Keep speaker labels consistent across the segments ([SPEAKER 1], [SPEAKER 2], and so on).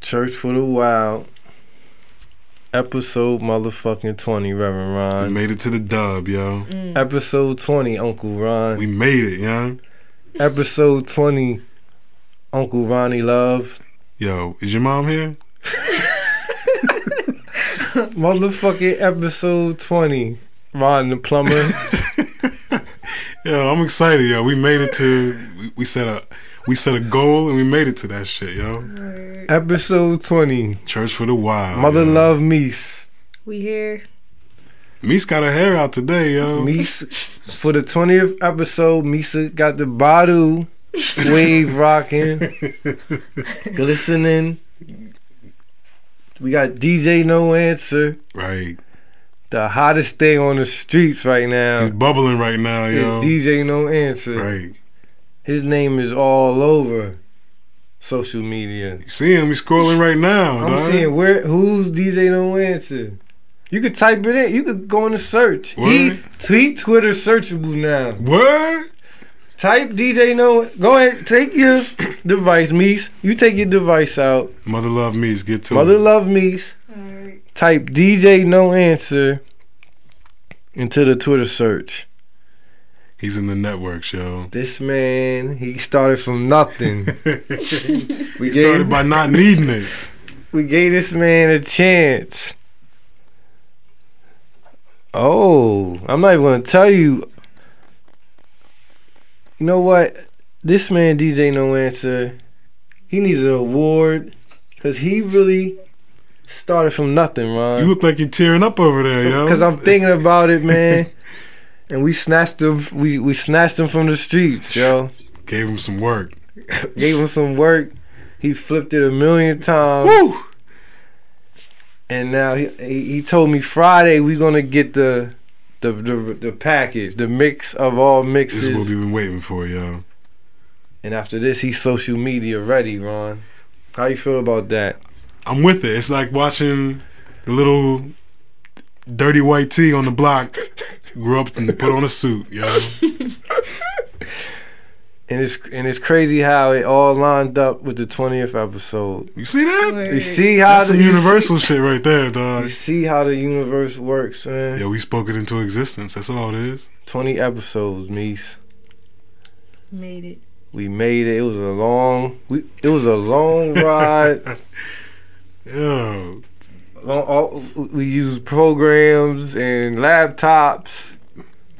[SPEAKER 1] Church for the Wild, episode motherfucking 20, Reverend
[SPEAKER 2] We
[SPEAKER 1] Ron.
[SPEAKER 2] made it to the dub, yo.
[SPEAKER 1] Mm. Episode 20, Uncle Ron.
[SPEAKER 2] We made it, yo.
[SPEAKER 1] episode 20, Uncle Ronnie Love.
[SPEAKER 2] Yo, is your mom here?
[SPEAKER 1] Motherfucking episode 20, Ron the Plumber.
[SPEAKER 2] Yo, I'm excited, yo. We made it to. We, we set a we set a goal and we made it to that shit, yo.
[SPEAKER 3] Word.
[SPEAKER 1] episode 20,
[SPEAKER 2] Church for the wild.
[SPEAKER 1] Mother
[SPEAKER 2] yo.
[SPEAKER 1] Love Meese.
[SPEAKER 3] We here.
[SPEAKER 2] Meese got her hair out today, yo.
[SPEAKER 1] Meese, for the 20th episode, Misa got the Badu wave rocking, glistening. We got DJ No Answer.
[SPEAKER 2] Right.
[SPEAKER 1] the hottest thing on the streets right
[SPEAKER 2] He's
[SPEAKER 1] now
[SPEAKER 2] bubbling right now,
[SPEAKER 1] is
[SPEAKER 2] yo.
[SPEAKER 1] DJ No Answer.
[SPEAKER 2] Right.
[SPEAKER 1] His name is all over social media.
[SPEAKER 2] You see him? He's scrolling right now,
[SPEAKER 1] I'm
[SPEAKER 2] dog.
[SPEAKER 1] seeing where who's DJ No Answer. You could type it in. You could go in the search. He,
[SPEAKER 2] Word.
[SPEAKER 1] he Twitter searchable now.
[SPEAKER 2] What?
[SPEAKER 1] Type DJ No. Go ahead. Take your device, Meese. You take your device out.
[SPEAKER 2] Mother love Meese. Get to
[SPEAKER 1] Mother
[SPEAKER 2] it.
[SPEAKER 1] Love Meese.
[SPEAKER 3] Word.
[SPEAKER 1] type DJ No Answer into the Twitter search.
[SPEAKER 2] He's in the networks, yo.
[SPEAKER 1] This man, he started from nothing. we,
[SPEAKER 2] He
[SPEAKER 1] gave,
[SPEAKER 2] started by not needing it.
[SPEAKER 1] we gave this man a chance. Oh, I'm not even gonna tell you. You know what? This man, DJ No Answer, he needs an award because he really started from nothing, Ron.
[SPEAKER 2] You look like you're tearing up over there, yo.
[SPEAKER 1] Because I'm thinking about it, man. and we snatched him. We we snatched him from the streets, yo.
[SPEAKER 2] Gave him some work.
[SPEAKER 1] Gave him some work. He flipped it a million times.
[SPEAKER 2] Woo!
[SPEAKER 1] And now he he he told me Friday we gonna get the the the, the package, the mix of all
[SPEAKER 2] This is what
[SPEAKER 1] mixes.
[SPEAKER 2] we've been waiting for, yo.
[SPEAKER 1] And after this, he's social media ready, Ron. How you feel about that?
[SPEAKER 2] I'm with it. It's like watching the little dirty white tea on the block grow up and put on a suit, yo.
[SPEAKER 1] And it's and it's crazy how it all lined up with the twentieth episode.
[SPEAKER 2] You see that?
[SPEAKER 3] Word.
[SPEAKER 1] You see how
[SPEAKER 2] That's
[SPEAKER 1] the
[SPEAKER 2] some
[SPEAKER 1] you see-
[SPEAKER 2] universal shit right there,
[SPEAKER 1] You
[SPEAKER 2] dog.
[SPEAKER 1] see how the universe works, man.
[SPEAKER 2] Yeah, we spoke it into existence. That's all it is.
[SPEAKER 1] Twenty episodes, Meese.
[SPEAKER 3] Made it.
[SPEAKER 1] We made it. It was a long. We it was a long ride.
[SPEAKER 2] Yo,
[SPEAKER 1] long, all, we used programs and laptops.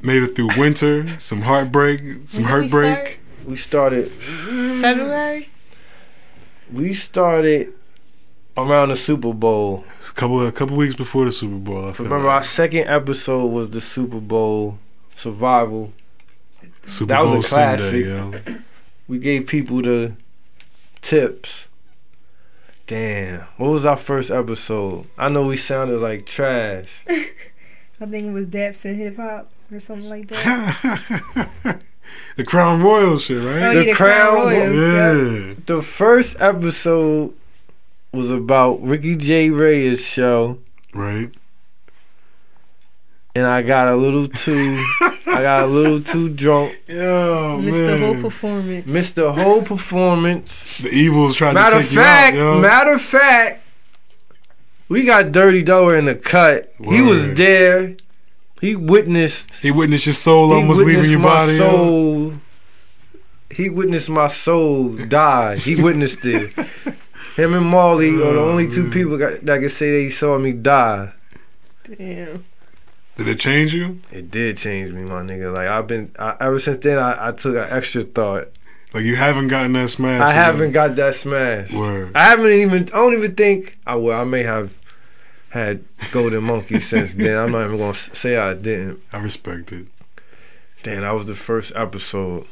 [SPEAKER 2] made it through winter, some heartbreak, some
[SPEAKER 3] When did we
[SPEAKER 2] heartbreak.
[SPEAKER 1] We started.
[SPEAKER 3] February?
[SPEAKER 1] We started around the Super Bowl.
[SPEAKER 2] A couple a couple weeks before the Super Bowl. I feel
[SPEAKER 1] Remember, our
[SPEAKER 2] like.
[SPEAKER 1] second episode was the Super Bowl survival.
[SPEAKER 2] Super
[SPEAKER 1] that was a
[SPEAKER 2] Bowl
[SPEAKER 1] classic.
[SPEAKER 2] Sunday, yo.
[SPEAKER 1] We gave people the tips. Damn, what was our first episode? I know we sounded like trash.
[SPEAKER 3] I think it was Daps and Hip Hop or something like that.
[SPEAKER 2] the Crown Royal shit,
[SPEAKER 3] Oh,
[SPEAKER 2] right?
[SPEAKER 1] The
[SPEAKER 3] yeah, the
[SPEAKER 1] Crown
[SPEAKER 3] Crown Royal. Yeah.
[SPEAKER 2] yeah.
[SPEAKER 1] The first episode was about Ricky J. Reyes' show,
[SPEAKER 2] Right.
[SPEAKER 1] and I got a little too, I got a little too drunk. Oh,
[SPEAKER 2] Yo,
[SPEAKER 3] Missed the whole
[SPEAKER 2] man.
[SPEAKER 3] performance.
[SPEAKER 1] Missed the whole performance.
[SPEAKER 2] The evils tried to
[SPEAKER 1] Matter of
[SPEAKER 2] take fact,
[SPEAKER 1] fact,
[SPEAKER 2] you out, yo.
[SPEAKER 1] matter of fact, we got Dirty Doer in the cut. He was
[SPEAKER 2] Word.
[SPEAKER 1] there. He witnessed.
[SPEAKER 2] he witnessed your soul
[SPEAKER 1] He
[SPEAKER 2] almost leaving
[SPEAKER 1] witnessed
[SPEAKER 2] your
[SPEAKER 1] my
[SPEAKER 2] body. yo.
[SPEAKER 1] soul. He witnessed my soul die. He witnessed it. Him and Marley are the
[SPEAKER 2] Oh,
[SPEAKER 1] only two
[SPEAKER 2] man.
[SPEAKER 1] people got, that can say they saw me die.
[SPEAKER 3] Damn.
[SPEAKER 2] Did it change you?
[SPEAKER 1] It did change me, my nigga. Like I've been I, ever since then. I, I took an extra thought.
[SPEAKER 2] Like you haven't gotten that smash.
[SPEAKER 1] I
[SPEAKER 2] yet.
[SPEAKER 1] haven't got that smash.
[SPEAKER 2] Word.
[SPEAKER 1] I haven't even. I don't even think. I well, I may have had golden monkey since then. I'm not even gonna s- say I didn't.
[SPEAKER 2] I respect it.
[SPEAKER 1] Damn, that was the first episode.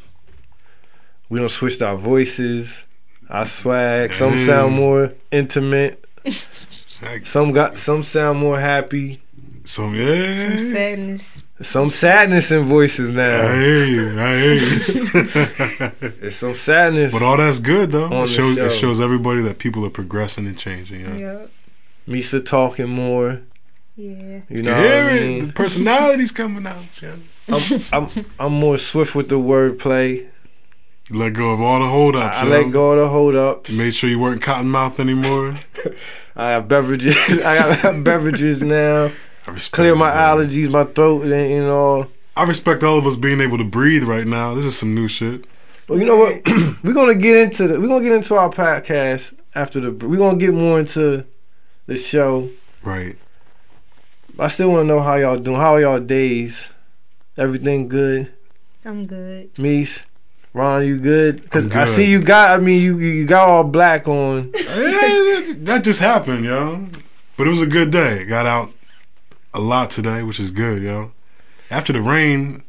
[SPEAKER 1] We don't switch our voices. I swag. Some sound
[SPEAKER 2] Mm.
[SPEAKER 1] more intimate.
[SPEAKER 2] Like,
[SPEAKER 1] Some got. Some sound more happy.
[SPEAKER 2] Some yeah.
[SPEAKER 3] Some sadness.
[SPEAKER 1] Some sadness in voices
[SPEAKER 2] I
[SPEAKER 1] now.
[SPEAKER 2] hear you. I hear you.
[SPEAKER 1] It's some sadness.
[SPEAKER 2] but all that's good though.
[SPEAKER 1] On
[SPEAKER 2] It
[SPEAKER 1] the
[SPEAKER 2] shows, it
[SPEAKER 1] show.
[SPEAKER 2] shows everybody that people are progressing and changing. yo.
[SPEAKER 3] Yup.
[SPEAKER 1] Misa talking more.
[SPEAKER 3] Yeah.
[SPEAKER 1] You
[SPEAKER 2] You,
[SPEAKER 1] know
[SPEAKER 2] hear
[SPEAKER 1] what I
[SPEAKER 2] it.
[SPEAKER 1] mean?
[SPEAKER 2] The personality's coming out. yo.
[SPEAKER 1] I'm I'm I'm more swift with the wordplay.
[SPEAKER 2] You let go of all the holdups.
[SPEAKER 1] I
[SPEAKER 2] yo.
[SPEAKER 1] let go of the hold up.
[SPEAKER 2] Made sure you weren't cottonmouth anymore.
[SPEAKER 1] I got beverages. I got beverages now.
[SPEAKER 2] I respect
[SPEAKER 1] Clear my
[SPEAKER 2] that.
[SPEAKER 1] allergies, my throat, and, and all.
[SPEAKER 2] I respect all of us being able to breathe right now. This is some new shit.
[SPEAKER 1] Well, you know what? we're gonna get into the. We're gonna get into our podcast after the. We're gonna get more into the show.
[SPEAKER 2] Right.
[SPEAKER 1] I still want to know how y'all doing. How are y'all days? Everything good?
[SPEAKER 3] I'm good.
[SPEAKER 1] Meese, Ron, you good? Cause
[SPEAKER 2] I'm
[SPEAKER 1] I
[SPEAKER 2] good.
[SPEAKER 1] see you got. I mean, you you you got all black on.
[SPEAKER 2] Yeah, that- that just happened, yo. But it was a good day. Got out a lot today, which is good, yo. After the rain,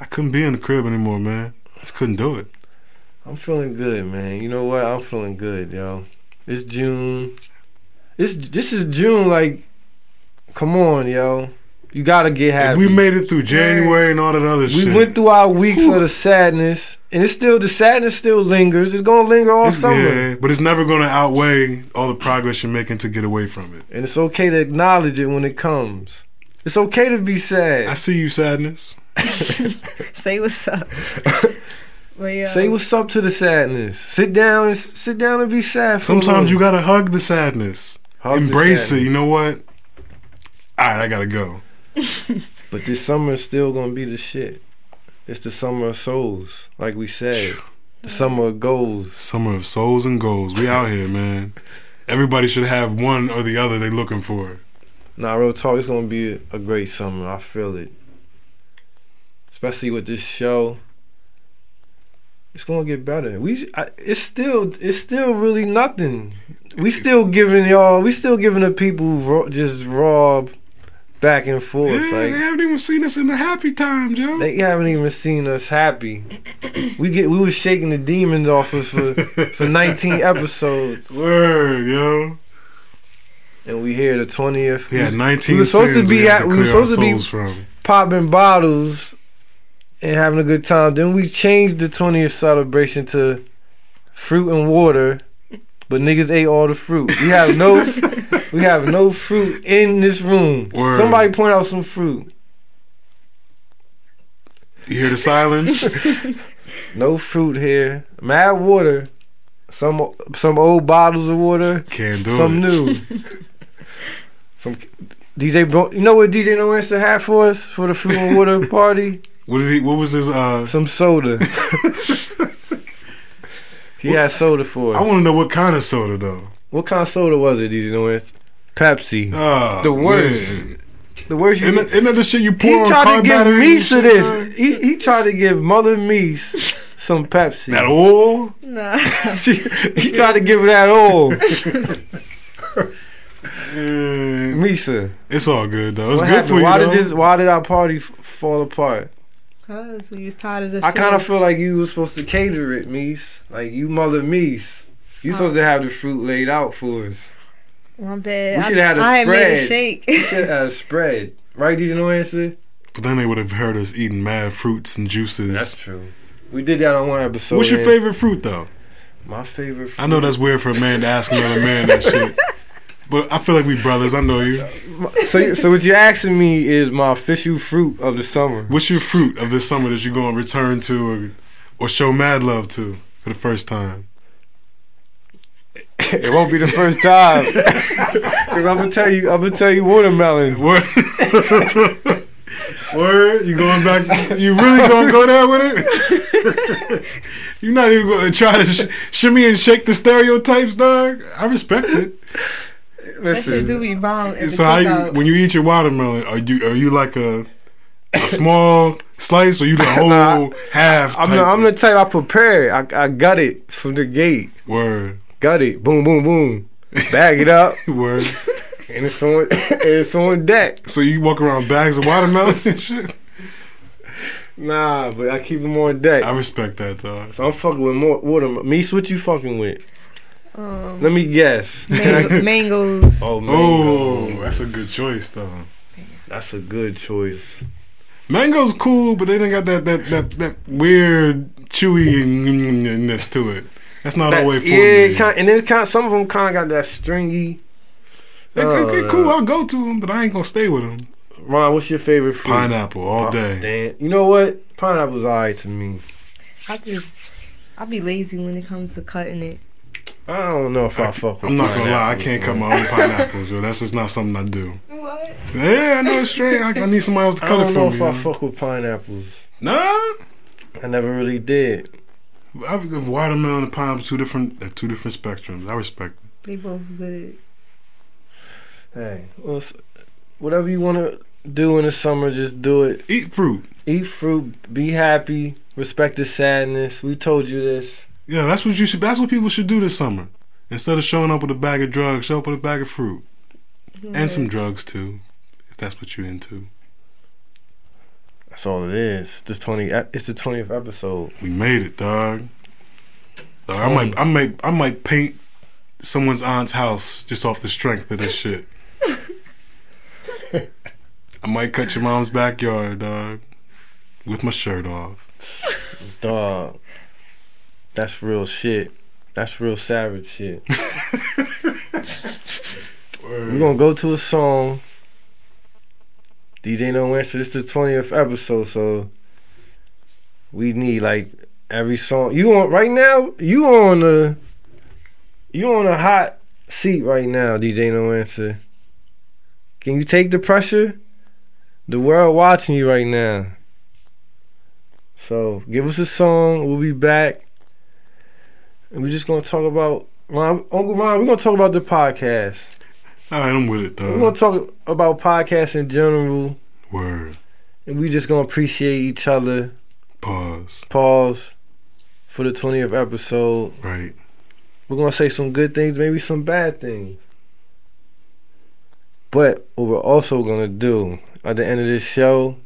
[SPEAKER 2] I couldn't be in the crib anymore, man. Just couldn't do it.
[SPEAKER 1] I'm feeling good, man. You know what? I'm feeling good, yo. It's June. This this is June. Like, come on, yo. You gotta get
[SPEAKER 2] If
[SPEAKER 1] happy.
[SPEAKER 2] we made it through January and all that other
[SPEAKER 1] We
[SPEAKER 2] shit.
[SPEAKER 1] went through our weeks
[SPEAKER 2] Whew.
[SPEAKER 1] of the sadness, and it's still the sadness still lingers. It's gonna linger all
[SPEAKER 2] It's-
[SPEAKER 1] summer,
[SPEAKER 2] yeah, but it's never going to outweigh all the progress you're making to get away from it.
[SPEAKER 1] and it's okay to acknowledge it when it comes. It's okay to be
[SPEAKER 2] I
[SPEAKER 1] sad.
[SPEAKER 2] see you, sadness.
[SPEAKER 3] Say what's up. but yeah.
[SPEAKER 1] Say what's up to the sadness. Sit down and s- sit down and be sad. For
[SPEAKER 2] Sometimes you got to hug the sadness, embrace it. You know what? All right, I got to go.
[SPEAKER 1] But this summer is still gonna be the shit. It's the summer of souls, like we said. The summer of goals.
[SPEAKER 2] Summer of souls and goals. We out here, man. Everybody should have one or the other they looking for.
[SPEAKER 1] Nah, real talk. It's gonna be a a great summer. I feel it. Especially with this show. It's gonna get better. We, I, it's still, it's still really nothing. We still giving y'all. We still giving the people raw, just raw, back and forth.
[SPEAKER 2] yeah,
[SPEAKER 1] like
[SPEAKER 2] they haven't even seen us in the happy times, yo.
[SPEAKER 1] They haven't even seen us happy. We get we was shaking the demons off us for, for 19 episodes,
[SPEAKER 2] Word, yo.
[SPEAKER 1] and we here the 20th.
[SPEAKER 2] We had
[SPEAKER 1] We
[SPEAKER 2] 19
[SPEAKER 1] we were supposed to
[SPEAKER 2] sins
[SPEAKER 1] be
[SPEAKER 2] we had
[SPEAKER 1] at-
[SPEAKER 2] to
[SPEAKER 1] we were
[SPEAKER 2] clear
[SPEAKER 1] supposed
[SPEAKER 2] our
[SPEAKER 1] to be-
[SPEAKER 2] souls from.
[SPEAKER 1] popping bottles and having a good time. Then we changed the 20th celebration to fruit and water, but niggas ate all the fruit. We have no we have no fruit in this room.
[SPEAKER 2] Word.
[SPEAKER 1] Somebody point out some fruit.
[SPEAKER 2] You hear the silence?
[SPEAKER 1] No fruit here. Mad water. Some some old bottles of water.
[SPEAKER 2] Can't do
[SPEAKER 1] some
[SPEAKER 2] it.
[SPEAKER 1] new. some DJ Bro, you know what DJ No Answer had for us for the food and water party?
[SPEAKER 2] What did he? What was his? Uh,
[SPEAKER 1] Some soda. he had soda for us.
[SPEAKER 2] I want to know what kind of soda though.
[SPEAKER 1] what kind of soda was it, DJ No Answer? Pepsi.
[SPEAKER 2] Ah,
[SPEAKER 1] The worst.
[SPEAKER 2] man.
[SPEAKER 1] the worst you.
[SPEAKER 2] Isn't that- isn't that the shit you pour
[SPEAKER 1] he
[SPEAKER 2] on
[SPEAKER 1] tried
[SPEAKER 2] car
[SPEAKER 1] to give
[SPEAKER 2] batteries?
[SPEAKER 1] Meese to
[SPEAKER 2] and
[SPEAKER 1] this.
[SPEAKER 2] shit?
[SPEAKER 1] He, he tried to give Mother Meese some Pepsi.
[SPEAKER 2] That oil?
[SPEAKER 3] Nah.
[SPEAKER 1] he tried to give her that all.
[SPEAKER 2] Eh,
[SPEAKER 1] Misa.
[SPEAKER 2] It's all good though. It's
[SPEAKER 1] What
[SPEAKER 2] good
[SPEAKER 1] happened?
[SPEAKER 2] for you.
[SPEAKER 1] why
[SPEAKER 2] though.
[SPEAKER 1] did this why did our party f- fall apart?
[SPEAKER 3] Cause we was tired of the.
[SPEAKER 1] I kind
[SPEAKER 3] feeling.
[SPEAKER 1] of feel like you was supposed to cater it, Meese. Like you, mother Meese. You supposed to have the fruit laid out for us.
[SPEAKER 3] My bad.
[SPEAKER 1] We
[SPEAKER 3] I-
[SPEAKER 1] shoulda had a
[SPEAKER 3] I ain't made a
[SPEAKER 1] spread. You
[SPEAKER 3] shake.
[SPEAKER 1] should have a spread, right? Did you know answer?
[SPEAKER 2] But then they would have heard us eating mad fruits and juices.
[SPEAKER 1] true. We did that on one episode.
[SPEAKER 2] What's your
[SPEAKER 1] man.
[SPEAKER 2] favorite fruit though?
[SPEAKER 1] My favorite. Fruit.
[SPEAKER 2] I know that's weird for a man to ask another man that shit. But I feel like we brothers. I know you.
[SPEAKER 1] So, so what you're asking me is my official fruit of the summer.
[SPEAKER 2] What's your fruit of this summer that you're going to return to or, or show mad love to for the first time?
[SPEAKER 1] it won't be the first time. Cause I'm gonna tell you, I'm gonna tell you watermelon.
[SPEAKER 2] Word. Word. You going back? You really going to go there with it? You're not even going to try to sh- shimmy and shake the stereotypes, dog. I respect it.
[SPEAKER 3] that shit do
[SPEAKER 1] Listen,
[SPEAKER 3] be bomb. At the
[SPEAKER 2] So how you,
[SPEAKER 3] cookout.
[SPEAKER 2] when you eat your watermelon, are you are you like a a small slice or you the whole
[SPEAKER 1] Nah,
[SPEAKER 2] half?
[SPEAKER 1] I'm
[SPEAKER 2] type
[SPEAKER 1] the, I'm the
[SPEAKER 2] of-
[SPEAKER 1] type I prepare. it. I I gut it from the gate.
[SPEAKER 2] word
[SPEAKER 1] Gut it. Boom, boom, boom. Bag it up.
[SPEAKER 2] word.
[SPEAKER 1] and it's on and it's on deck.
[SPEAKER 2] so you walk around bags of watermelon and shit.
[SPEAKER 1] Nah, but I keep them on deck.
[SPEAKER 2] I respect that dog.
[SPEAKER 1] so I'm fucking with more water. Meese, what you fucking with?
[SPEAKER 3] um,
[SPEAKER 1] Let me guess.
[SPEAKER 3] mango, mangoes.
[SPEAKER 1] oh man,
[SPEAKER 2] Oh, that's a good choice though.
[SPEAKER 1] that's a good choice.
[SPEAKER 2] Mango's cool, but they didn't got that that that, that weird chewiness to it. That's not
[SPEAKER 1] That-
[SPEAKER 2] all the way for
[SPEAKER 1] yeah,
[SPEAKER 2] me.
[SPEAKER 1] kind, and then kind some of them kind of got that stringy.
[SPEAKER 2] It- it- it
[SPEAKER 1] Oh,
[SPEAKER 2] cool,
[SPEAKER 1] no.
[SPEAKER 2] I'll go to them, but I ain't gonna stay with them.
[SPEAKER 1] Ron, what's your favorite fruit?
[SPEAKER 2] Pineapple all
[SPEAKER 1] Oh,
[SPEAKER 2] day.
[SPEAKER 1] damn. You know what? Pineapple's alright to me.
[SPEAKER 3] I just I be lazy when it comes to cutting it.
[SPEAKER 1] I don't know if I, fuck. With
[SPEAKER 2] I'm not gonna lie, I
[SPEAKER 1] pineapples,
[SPEAKER 2] can't cut
[SPEAKER 1] man.
[SPEAKER 2] my own pineapples, yo. That's just not something I do.
[SPEAKER 3] What?
[SPEAKER 2] Yeah, I know it's straight. I, I need somebody else to
[SPEAKER 1] I
[SPEAKER 2] cut
[SPEAKER 1] don't
[SPEAKER 2] it for
[SPEAKER 1] know
[SPEAKER 2] me.
[SPEAKER 1] if I
[SPEAKER 2] yo.
[SPEAKER 1] fuck with pineapples.
[SPEAKER 2] Nah,
[SPEAKER 1] I never really did.
[SPEAKER 2] I would give watermelon and pineapple two different, uh, two different spectrums. I respect. It.
[SPEAKER 3] They both good.
[SPEAKER 1] Hey, well, s- whatever you want to do in the summer, just do it.
[SPEAKER 2] Eat fruit.
[SPEAKER 1] Eat fruit, be happy, respect the sadness. We told you this.
[SPEAKER 2] Yeah, that's what you should. That's what people should do this summer. Instead of showing up with a bag of drugs, show up with a bag of fruit and some drugs too, if that's what you're into.
[SPEAKER 1] That's all it is. This twenty, ep- it's the twentieth episode.
[SPEAKER 2] We made it, dog. Dog, I might, I might, I might paint someone's aunt's house just off the strength of this shit. I might cut your mom's backyard, dog, with my shirt off.
[SPEAKER 1] Dog, that's real shit. That's real savage shit. We're gonna go to a song. DJ No Answer. This is the twentieth episode, so we need like every song. You on right now? You on a you on a hot seat right now, DJ No Answer. Can you take the pressure? The world watching you right now. So give us a song. We'll be back, and we're just gonna talk about Ron, Uncle Ron. We're gonna talk about the podcast.
[SPEAKER 2] All right, I'm with it,
[SPEAKER 1] We're gonna
[SPEAKER 2] dog.
[SPEAKER 1] talk about podcasts in general,
[SPEAKER 2] Word.
[SPEAKER 1] and we just gonna appreciate each other.
[SPEAKER 2] Pause.
[SPEAKER 1] Pause for the twentieth episode.
[SPEAKER 2] Right.
[SPEAKER 1] We're gonna say some good things, maybe some bad things. But what we're also gonna do at the end of this show,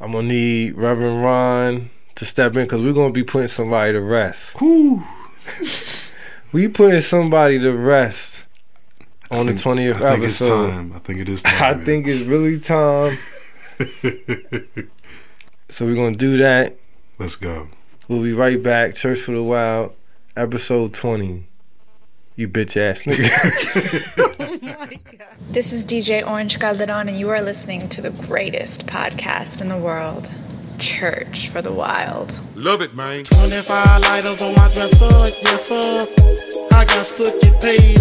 [SPEAKER 1] I'm gonna need Reverend Ron to step in because we're gonna be putting somebody to rest.
[SPEAKER 2] Whew.
[SPEAKER 1] We putting somebody to rest on the
[SPEAKER 2] I think-
[SPEAKER 1] twentieth
[SPEAKER 2] I think it's
[SPEAKER 1] episode.
[SPEAKER 2] time. I think it is
[SPEAKER 1] I
[SPEAKER 2] time. man.
[SPEAKER 1] think it's really time. So we're gonna do that.
[SPEAKER 2] Let's go.
[SPEAKER 1] We'll be right back. Church for the Wild, episode twenty. You bitch ass nigga.
[SPEAKER 4] This is DJ Orange Calderon, and you are listening to the greatest podcast in the world Church for the Wild.
[SPEAKER 5] Love it, man.
[SPEAKER 6] 25 lighters on my dresser, yes sir. I got stuck get paid.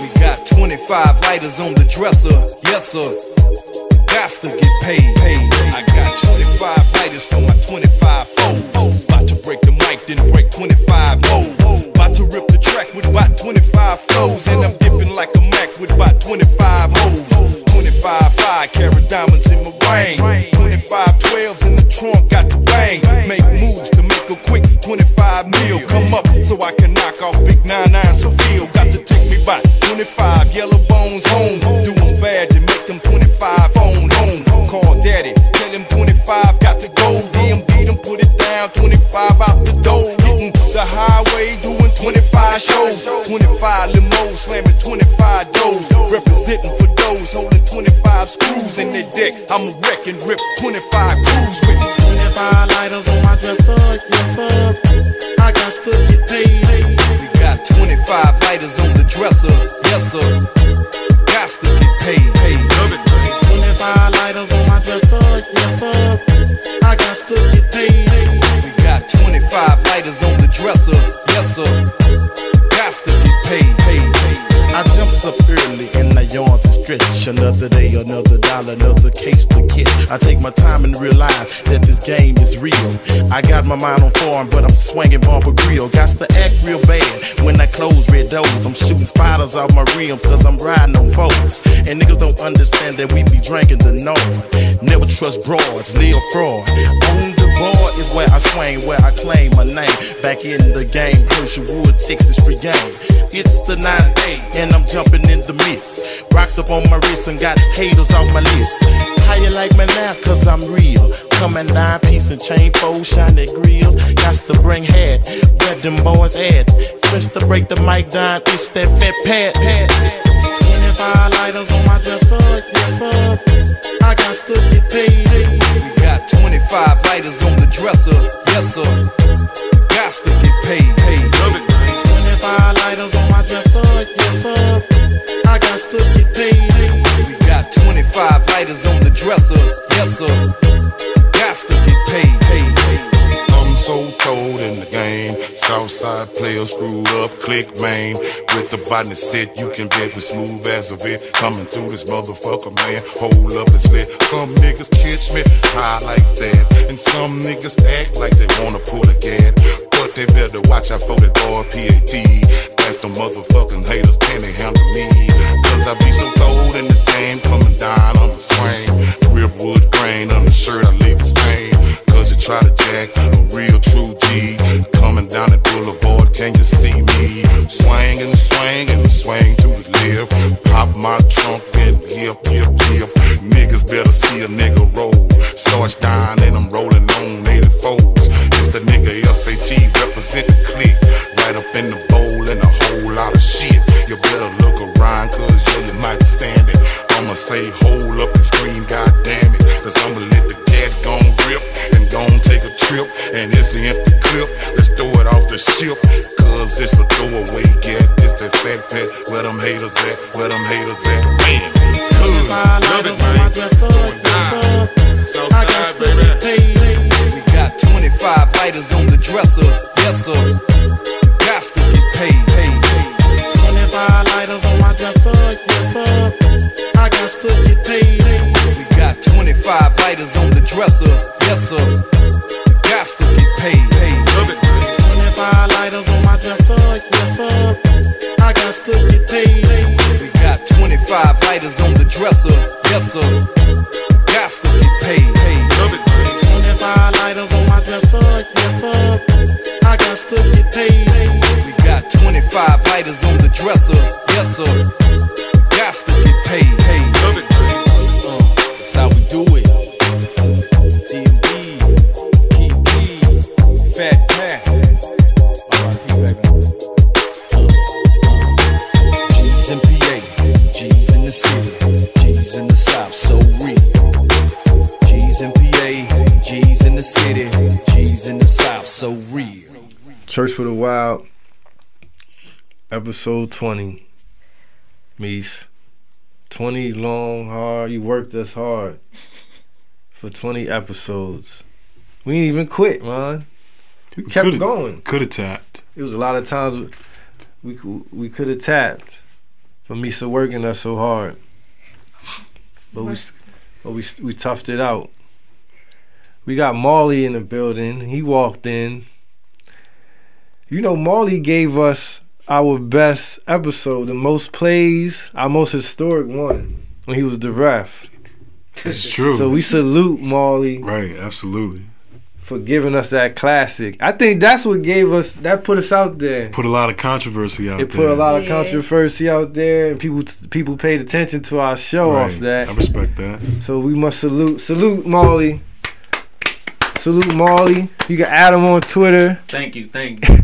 [SPEAKER 7] We got 25 lighters on the dresser, yes sir. Got to get paid. I got 25 lighters for my 25 foes. About to break the mic, then break 25 more. About to rip the track with about 25 flows, and I'm dipping like a Mac with about 25 hoes. 25 5 carat diamonds in my ring. 25 12s in the trunk, got the bang. Make moves to make a quick 25 mil. Come up so I can knock off big 9 9 Seville. Got to take me by 25 yellow bones home. Do 'em bad to make them 25 phone home. Call daddy, tell him 25 got to go. DMD them, put it down. 25 out the door. Hitting the highway, doing 25 shows. 25 limos, slamming 25 doors. Representing for those holding 25 screws in their deck. I'm a wreck and rip 25 crews with it.
[SPEAKER 6] 25 lighters on my dresser, yes sir. I got stuck get paid.
[SPEAKER 7] We got 25 lighters on the dresser, yes sir. Got to get paid.
[SPEAKER 5] Love it, man.
[SPEAKER 6] 25 lighters on my dresser, yes sir. I got stuck get paid.
[SPEAKER 7] We got 25 lighters on the dresser, yes sir. Got to get paid.
[SPEAKER 6] I jumps up early and I yawn to stretch. Another day, another dollar, another case to get. I take my time and realize that this game is real. I got my mind on form, but I'm swinging barber grill. Got to act real bad when I close red doors. I'm shooting spiders off my rims cause I'm riding on foes. And niggas don't understand that we be drinking the norm. Never trust broads, live fraud. Own the board is where I swing, where I claim my name. Back in the game, Herschel Wood, Texas Brigade. It's the 9-8, and I'm jumping in the mist. Rocks up on my wrist and got haters on my list. How you like me now? Cause I'm real. Coming nine piece and chain fold, shiny grills. Got to bring head, where them boys at. Fresh to break the mic down, it's that fat pad. pad. 25 lighters on my dresser, yes sir. I got to get paid.
[SPEAKER 7] We got 25 lighters on the dresser, yes sir. Got to get paid.
[SPEAKER 5] Love it, man.
[SPEAKER 6] 25 lighters on my dresser, yes sir. I got to get paid.
[SPEAKER 7] We got 25 lighters on the dresser, yes sir. Got to get paid.
[SPEAKER 5] I'm so tired. Southside player screwed up, click main. With the bottom set, you can bet with smooth as a vet. Coming through this motherfucker, man. Hold up and slit. Some niggas catch me high like that. And some niggas act like they wanna pull a gat. But they better watch out for that RPAT. That's the motherfucking haters, can they handle me? Cause I be so cold in this game, coming down on the swing. Ripwood grain on the shirt, I leave a stain. Cause you try to jack a real true G. Coming down the boulevard, can you see me? Swinging, swinging, swing to the left. Pop my trunk and hip, hip, hip. Niggas better see a nigga roll. Starch dying and I'm rolling on 84s. It's the nigga FAT represent the clique. Right up in the bowl and a whole lot of shit. You better look around, cause yeah, you might be standing. I'ma say hold up and scream, god damn it. Cause I'ma let the gat gon' rip and gon' take a trip. And it's an empty clip, let's throw it off the ship. Cause it's a throwaway gat. It's that fat pet. Where them haters at? Where them haters at? Man, it's good. Love it, man. Going down. Southside, baby.
[SPEAKER 7] We got 25 lighters on the dresser. Yes, sir. Got to get paid. We got 25 lighters on the dresser. Yes, sir. Got to get paid.
[SPEAKER 5] Love it, man.
[SPEAKER 7] We got 25 lighters on the dresser. Yes, sir. Got to get paid.
[SPEAKER 5] Love it, man.
[SPEAKER 7] We got 25 lighters on the dresser. Yes, sir. Got to get paid.
[SPEAKER 5] Love it, man.
[SPEAKER 7] Uh, That's how we do it. DMD, PP, Fat Pat. RIP, baby. G's in PA, G's in the city, G's in the South, so real. G's in PA, G's in the city, G's in the South, so real.
[SPEAKER 1] Church for the Wild, episode 20. Meese. 20 long, hard. You worked us hard for 20 episodes. We ain't even quit, man. We kept
[SPEAKER 2] Coulda-
[SPEAKER 1] going.
[SPEAKER 2] Coulda tapped.
[SPEAKER 1] It was a lot of times we cou- we could have tapped for Misa working us so hard. But we, s- but we s- we toughed it out. We got Marley in the building. He walked in. You know, Marley gave us our best episode, the most plays, our most historic one when he was the ref.
[SPEAKER 2] It's true.
[SPEAKER 1] So we salute Marley
[SPEAKER 2] right, absolutely.
[SPEAKER 1] for giving us that classic. I think that's what gave us that put us out there.
[SPEAKER 2] Put a lot of controversy out
[SPEAKER 1] It
[SPEAKER 2] there.
[SPEAKER 1] put a lot of
[SPEAKER 3] Yeah.
[SPEAKER 1] controversy out there, and people people paid attention to our show
[SPEAKER 2] Right.
[SPEAKER 1] off that.
[SPEAKER 2] I respect that.
[SPEAKER 1] So we must salute salute Marley. Salute Marley. You can add him on Twitter
[SPEAKER 8] Thank you, thank you.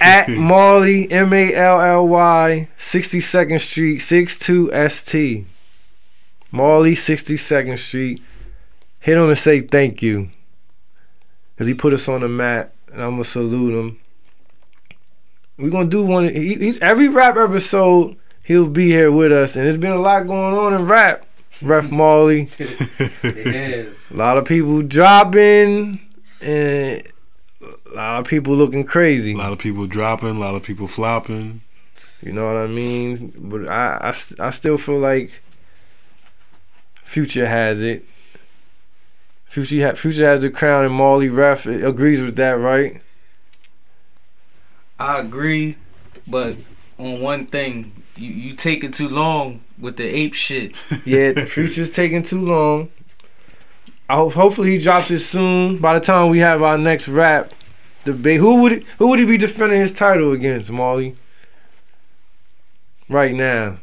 [SPEAKER 1] at Marley M A L L Y 62nd Street 62ST. Marley 62nd Street. Hit him and say thank you. Cause he put us on the map and I'm gonna salute him. We're gonna do one he, he, every rap episode, he'll be here with us. And there's been a lot going on in rap. Ref Marley.
[SPEAKER 8] yes.
[SPEAKER 1] A lot of people dropping and a lot of people looking crazy.
[SPEAKER 2] A lot of people dropping, a lot of people flopping.
[SPEAKER 1] You know what I mean? But I, I s- I still feel like Future has it. Future, ha- Future has the crown, and Marley Ref agrees with that, right?
[SPEAKER 8] I agree, but on one thing, you you take it too long with the ape shit.
[SPEAKER 1] Yeah, Future's taking too long. I hope, hopefully he drops it soon. By the time we have our next rap debate, who would who would he be defending his title against, Marley? Right now,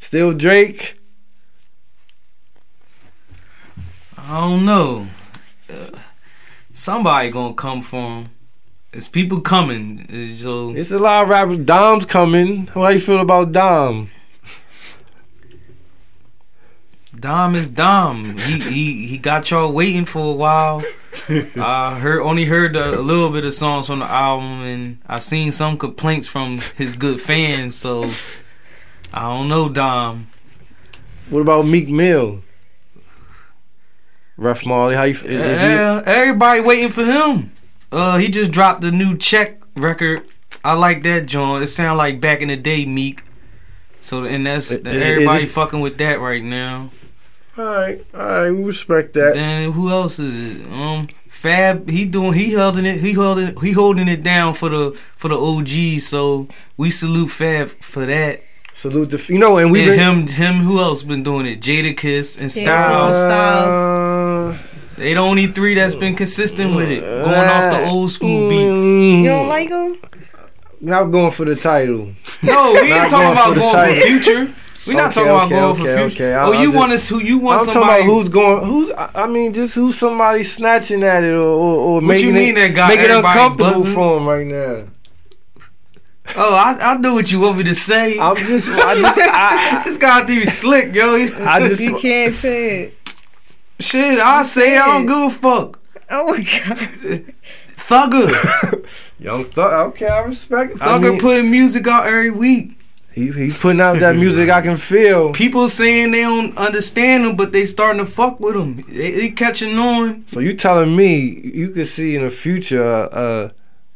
[SPEAKER 1] still Drake.
[SPEAKER 8] I don't know. Uh, somebody gonna come for him. It's people coming. uh, So
[SPEAKER 1] It's a lot of rappers. Dom's coming. How you feel about Dom?
[SPEAKER 8] Dom is Dom. He he he got y'all waiting for a while. I heard only heard a, a little bit of songs from the album, and I seen some complaints from his good fans. So I don't know, Dom.
[SPEAKER 1] What about Meek Mill? Ref Marley, how you? f- Is, is he,
[SPEAKER 8] Eh, Yeah, everybody waiting for him. Uh, he just dropped the new check record. I like that joint. It sound like back in the day Meek. So and that's
[SPEAKER 1] It- it-
[SPEAKER 8] everybody
[SPEAKER 1] it's-
[SPEAKER 8] fucking with that right now.
[SPEAKER 1] All right, all right, we respect that.
[SPEAKER 8] Then who else is it? Um, Fab. He doing. He holding it. He holding. He holding it down for the for the OGs. So we salute Fab for that.
[SPEAKER 1] Salute the you know, and we
[SPEAKER 8] and him, him, who else been doing it? Jada Kiss and
[SPEAKER 3] Jadakiss.
[SPEAKER 8] Styles.
[SPEAKER 1] Uh,
[SPEAKER 8] They the only three that's been consistent with it, going off the old
[SPEAKER 1] Mm.
[SPEAKER 8] school beats.
[SPEAKER 3] You don't like him?
[SPEAKER 1] Not going for the title.
[SPEAKER 8] No, we ain't
[SPEAKER 1] Not
[SPEAKER 8] talking
[SPEAKER 1] going
[SPEAKER 8] about
[SPEAKER 1] for the
[SPEAKER 8] going for
[SPEAKER 1] title.
[SPEAKER 8] future. We're not
[SPEAKER 1] Okay,
[SPEAKER 8] talking about
[SPEAKER 1] okay,
[SPEAKER 8] going
[SPEAKER 1] okay,
[SPEAKER 8] for future.
[SPEAKER 1] okay. I-
[SPEAKER 8] oh, you
[SPEAKER 1] I
[SPEAKER 8] want us? Who you
[SPEAKER 1] I'm
[SPEAKER 8] want?
[SPEAKER 1] talking
[SPEAKER 8] somebody
[SPEAKER 1] about who's going, who's I I mean, just who's somebody snatching at it or or, or
[SPEAKER 8] What you
[SPEAKER 1] making
[SPEAKER 8] mean that
[SPEAKER 1] it
[SPEAKER 8] got
[SPEAKER 1] make it
[SPEAKER 8] everybody
[SPEAKER 1] uncomfortable
[SPEAKER 8] buzzing?
[SPEAKER 1] for him right now.
[SPEAKER 8] Oh, I, I know what you want me to say.
[SPEAKER 1] I'm just, I just, I,
[SPEAKER 8] this guy think he's slick, yo. He-
[SPEAKER 1] I just,
[SPEAKER 3] You can't say it.
[SPEAKER 8] Shit, I say I don't give a fuck.
[SPEAKER 3] Oh my god.
[SPEAKER 8] Thugger,
[SPEAKER 1] young thug. Okay, I respect. I
[SPEAKER 8] Thugger
[SPEAKER 1] mean,
[SPEAKER 8] putting music out every week.
[SPEAKER 1] he he putting out that music I can feel.
[SPEAKER 8] People saying they don't understand him, but they starting to fuck with him. They, they catching on.
[SPEAKER 1] So you telling me you could see in the future uh,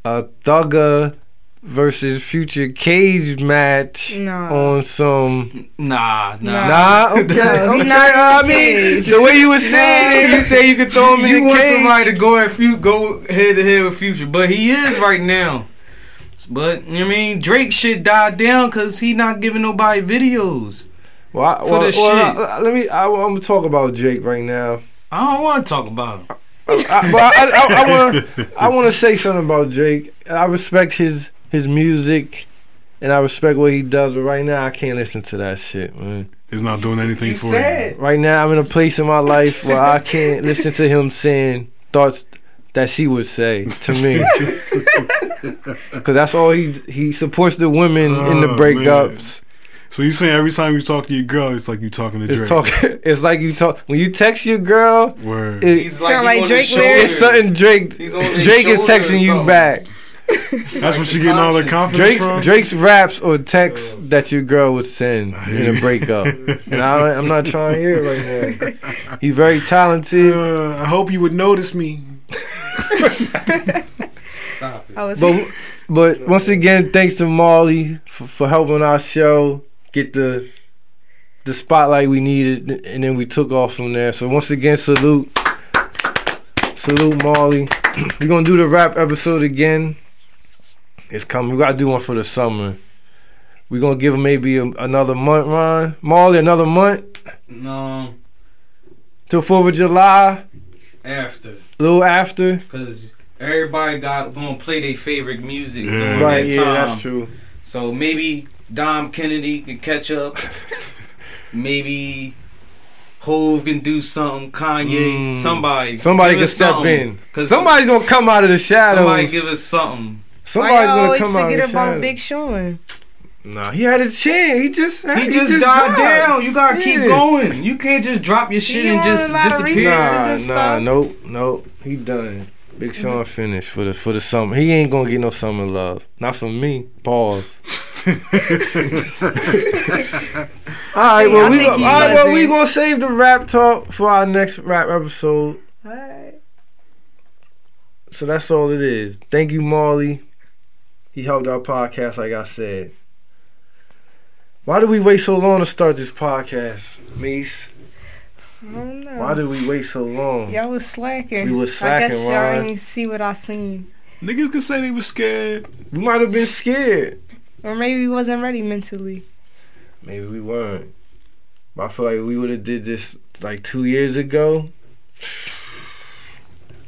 [SPEAKER 1] a Thugger versus Future Cage match
[SPEAKER 3] Nah.
[SPEAKER 1] on some
[SPEAKER 8] Nah, nah.
[SPEAKER 3] Nah.
[SPEAKER 1] Nah, okay,
[SPEAKER 3] No, he
[SPEAKER 1] okay,
[SPEAKER 3] not in
[SPEAKER 1] I
[SPEAKER 3] the
[SPEAKER 1] mean,
[SPEAKER 3] cage.
[SPEAKER 1] the way you were saying it, you say you could throw him
[SPEAKER 8] You
[SPEAKER 1] in the
[SPEAKER 8] want
[SPEAKER 1] cage.
[SPEAKER 8] somebody to go at few go head to head with Future, but he is right now. But you know what I mean Drake shit died down because he not giving nobody videos.
[SPEAKER 1] well, I,
[SPEAKER 8] for
[SPEAKER 1] well,
[SPEAKER 8] this
[SPEAKER 1] well,
[SPEAKER 8] shit.
[SPEAKER 1] I- I- let me. I, am gonna talk about Drake right now.
[SPEAKER 8] I don't want to talk about him.
[SPEAKER 1] I, but I, I, I want to. I want to say something about Drake. I respect his his music, and I respect what he does. But right now, I can't listen to that shit, man.
[SPEAKER 2] It's not doing anything
[SPEAKER 8] You
[SPEAKER 2] for
[SPEAKER 8] said
[SPEAKER 1] Right now, I'm in a place in my life where I can't listen to him saying thoughts that she would say to me, because that's all he he supports the women in the
[SPEAKER 2] Oh, man.
[SPEAKER 1] breakups.
[SPEAKER 2] you. So you saying every time you talk to your girl, it's like you talking to Drake.
[SPEAKER 1] It's talk. It's like you talk when you text your girl.
[SPEAKER 2] Word.
[SPEAKER 1] It,
[SPEAKER 3] Sound like
[SPEAKER 8] he on
[SPEAKER 3] Drake
[SPEAKER 8] his shoulder.
[SPEAKER 1] it's something Drake.
[SPEAKER 8] He's on his
[SPEAKER 1] Drake is
[SPEAKER 8] shoulder or
[SPEAKER 1] texting you
[SPEAKER 8] something.
[SPEAKER 1] back.
[SPEAKER 2] That's what you getting all the confidence
[SPEAKER 1] Drake's
[SPEAKER 2] from. Oh.
[SPEAKER 1] Drake's raps or texts that your girl would send in a breakup, and I, I'm not trying to hear it right now. He's very talented.
[SPEAKER 2] Uh, I hope you would notice me.
[SPEAKER 3] I was
[SPEAKER 1] but but once again, thanks to Marley for, for helping our show get the the spotlight we needed, and then we took off from there. So once again, salute, salute Marley. We're gonna do the rap episode again. It's coming. We gotta do one for the summer. We're gonna give 'em maybe a, another month, Ron. Marley, another month
[SPEAKER 8] no
[SPEAKER 1] till Fourth of July,
[SPEAKER 8] after
[SPEAKER 1] a little after.
[SPEAKER 8] because everybody got gonna play their favorite music
[SPEAKER 2] Yeah.
[SPEAKER 8] during
[SPEAKER 1] Right,
[SPEAKER 8] that
[SPEAKER 1] yeah,
[SPEAKER 8] time.
[SPEAKER 1] that's true.
[SPEAKER 8] So maybe Dom Kennedy could catch up. maybe Hove can do something. Kanye,
[SPEAKER 1] Mm.
[SPEAKER 8] somebody,
[SPEAKER 1] Somebody
[SPEAKER 8] Give
[SPEAKER 1] can
[SPEAKER 8] us
[SPEAKER 1] step
[SPEAKER 8] something.
[SPEAKER 1] in.
[SPEAKER 8] Cause somebody,
[SPEAKER 1] Somebody's gonna come out of the shadows.
[SPEAKER 8] somebody give us something.
[SPEAKER 3] Why
[SPEAKER 1] Somebody's
[SPEAKER 3] y'all
[SPEAKER 1] gonna
[SPEAKER 3] always
[SPEAKER 1] come out.
[SPEAKER 3] forget
[SPEAKER 1] and
[SPEAKER 3] about
[SPEAKER 1] shine.
[SPEAKER 3] Big Sean?
[SPEAKER 1] Nah, he had his chin. He just had,
[SPEAKER 8] He just, died down. You gotta keep
[SPEAKER 1] Yeah.
[SPEAKER 8] going. You can't just drop your shit
[SPEAKER 3] He
[SPEAKER 8] and
[SPEAKER 3] had a
[SPEAKER 8] just
[SPEAKER 3] lot of
[SPEAKER 8] disappear.
[SPEAKER 3] reasons.
[SPEAKER 1] Nah, nah,
[SPEAKER 3] and stuff.
[SPEAKER 1] nope, nope. He done. Big Sean finished for the for the summer. He ain't gonna get no summer love. Not from me. Pause. all right,
[SPEAKER 3] Hey,
[SPEAKER 1] well
[SPEAKER 3] I
[SPEAKER 1] we
[SPEAKER 3] think
[SPEAKER 1] all
[SPEAKER 3] he
[SPEAKER 1] right, well
[SPEAKER 3] buzzing.
[SPEAKER 1] we gonna save the rap talk for our next rap episode.
[SPEAKER 3] Alright.
[SPEAKER 1] So that's all it is. Thank you, Marley. He helped our podcast, like I said. Why did we wait so long to start this podcast, Meese?
[SPEAKER 3] I don't know.
[SPEAKER 1] Why did we wait so long?
[SPEAKER 3] Y'all was slacking.
[SPEAKER 1] We was
[SPEAKER 3] I guess
[SPEAKER 1] slacking,
[SPEAKER 3] y'all
[SPEAKER 1] Ron.
[SPEAKER 3] ain't see what I seen.
[SPEAKER 2] Niggas could say they was scared.
[SPEAKER 1] We might have been scared.
[SPEAKER 3] Or maybe we wasn't ready mentally.
[SPEAKER 1] Maybe we weren't. But I feel like we would have did this like two years ago.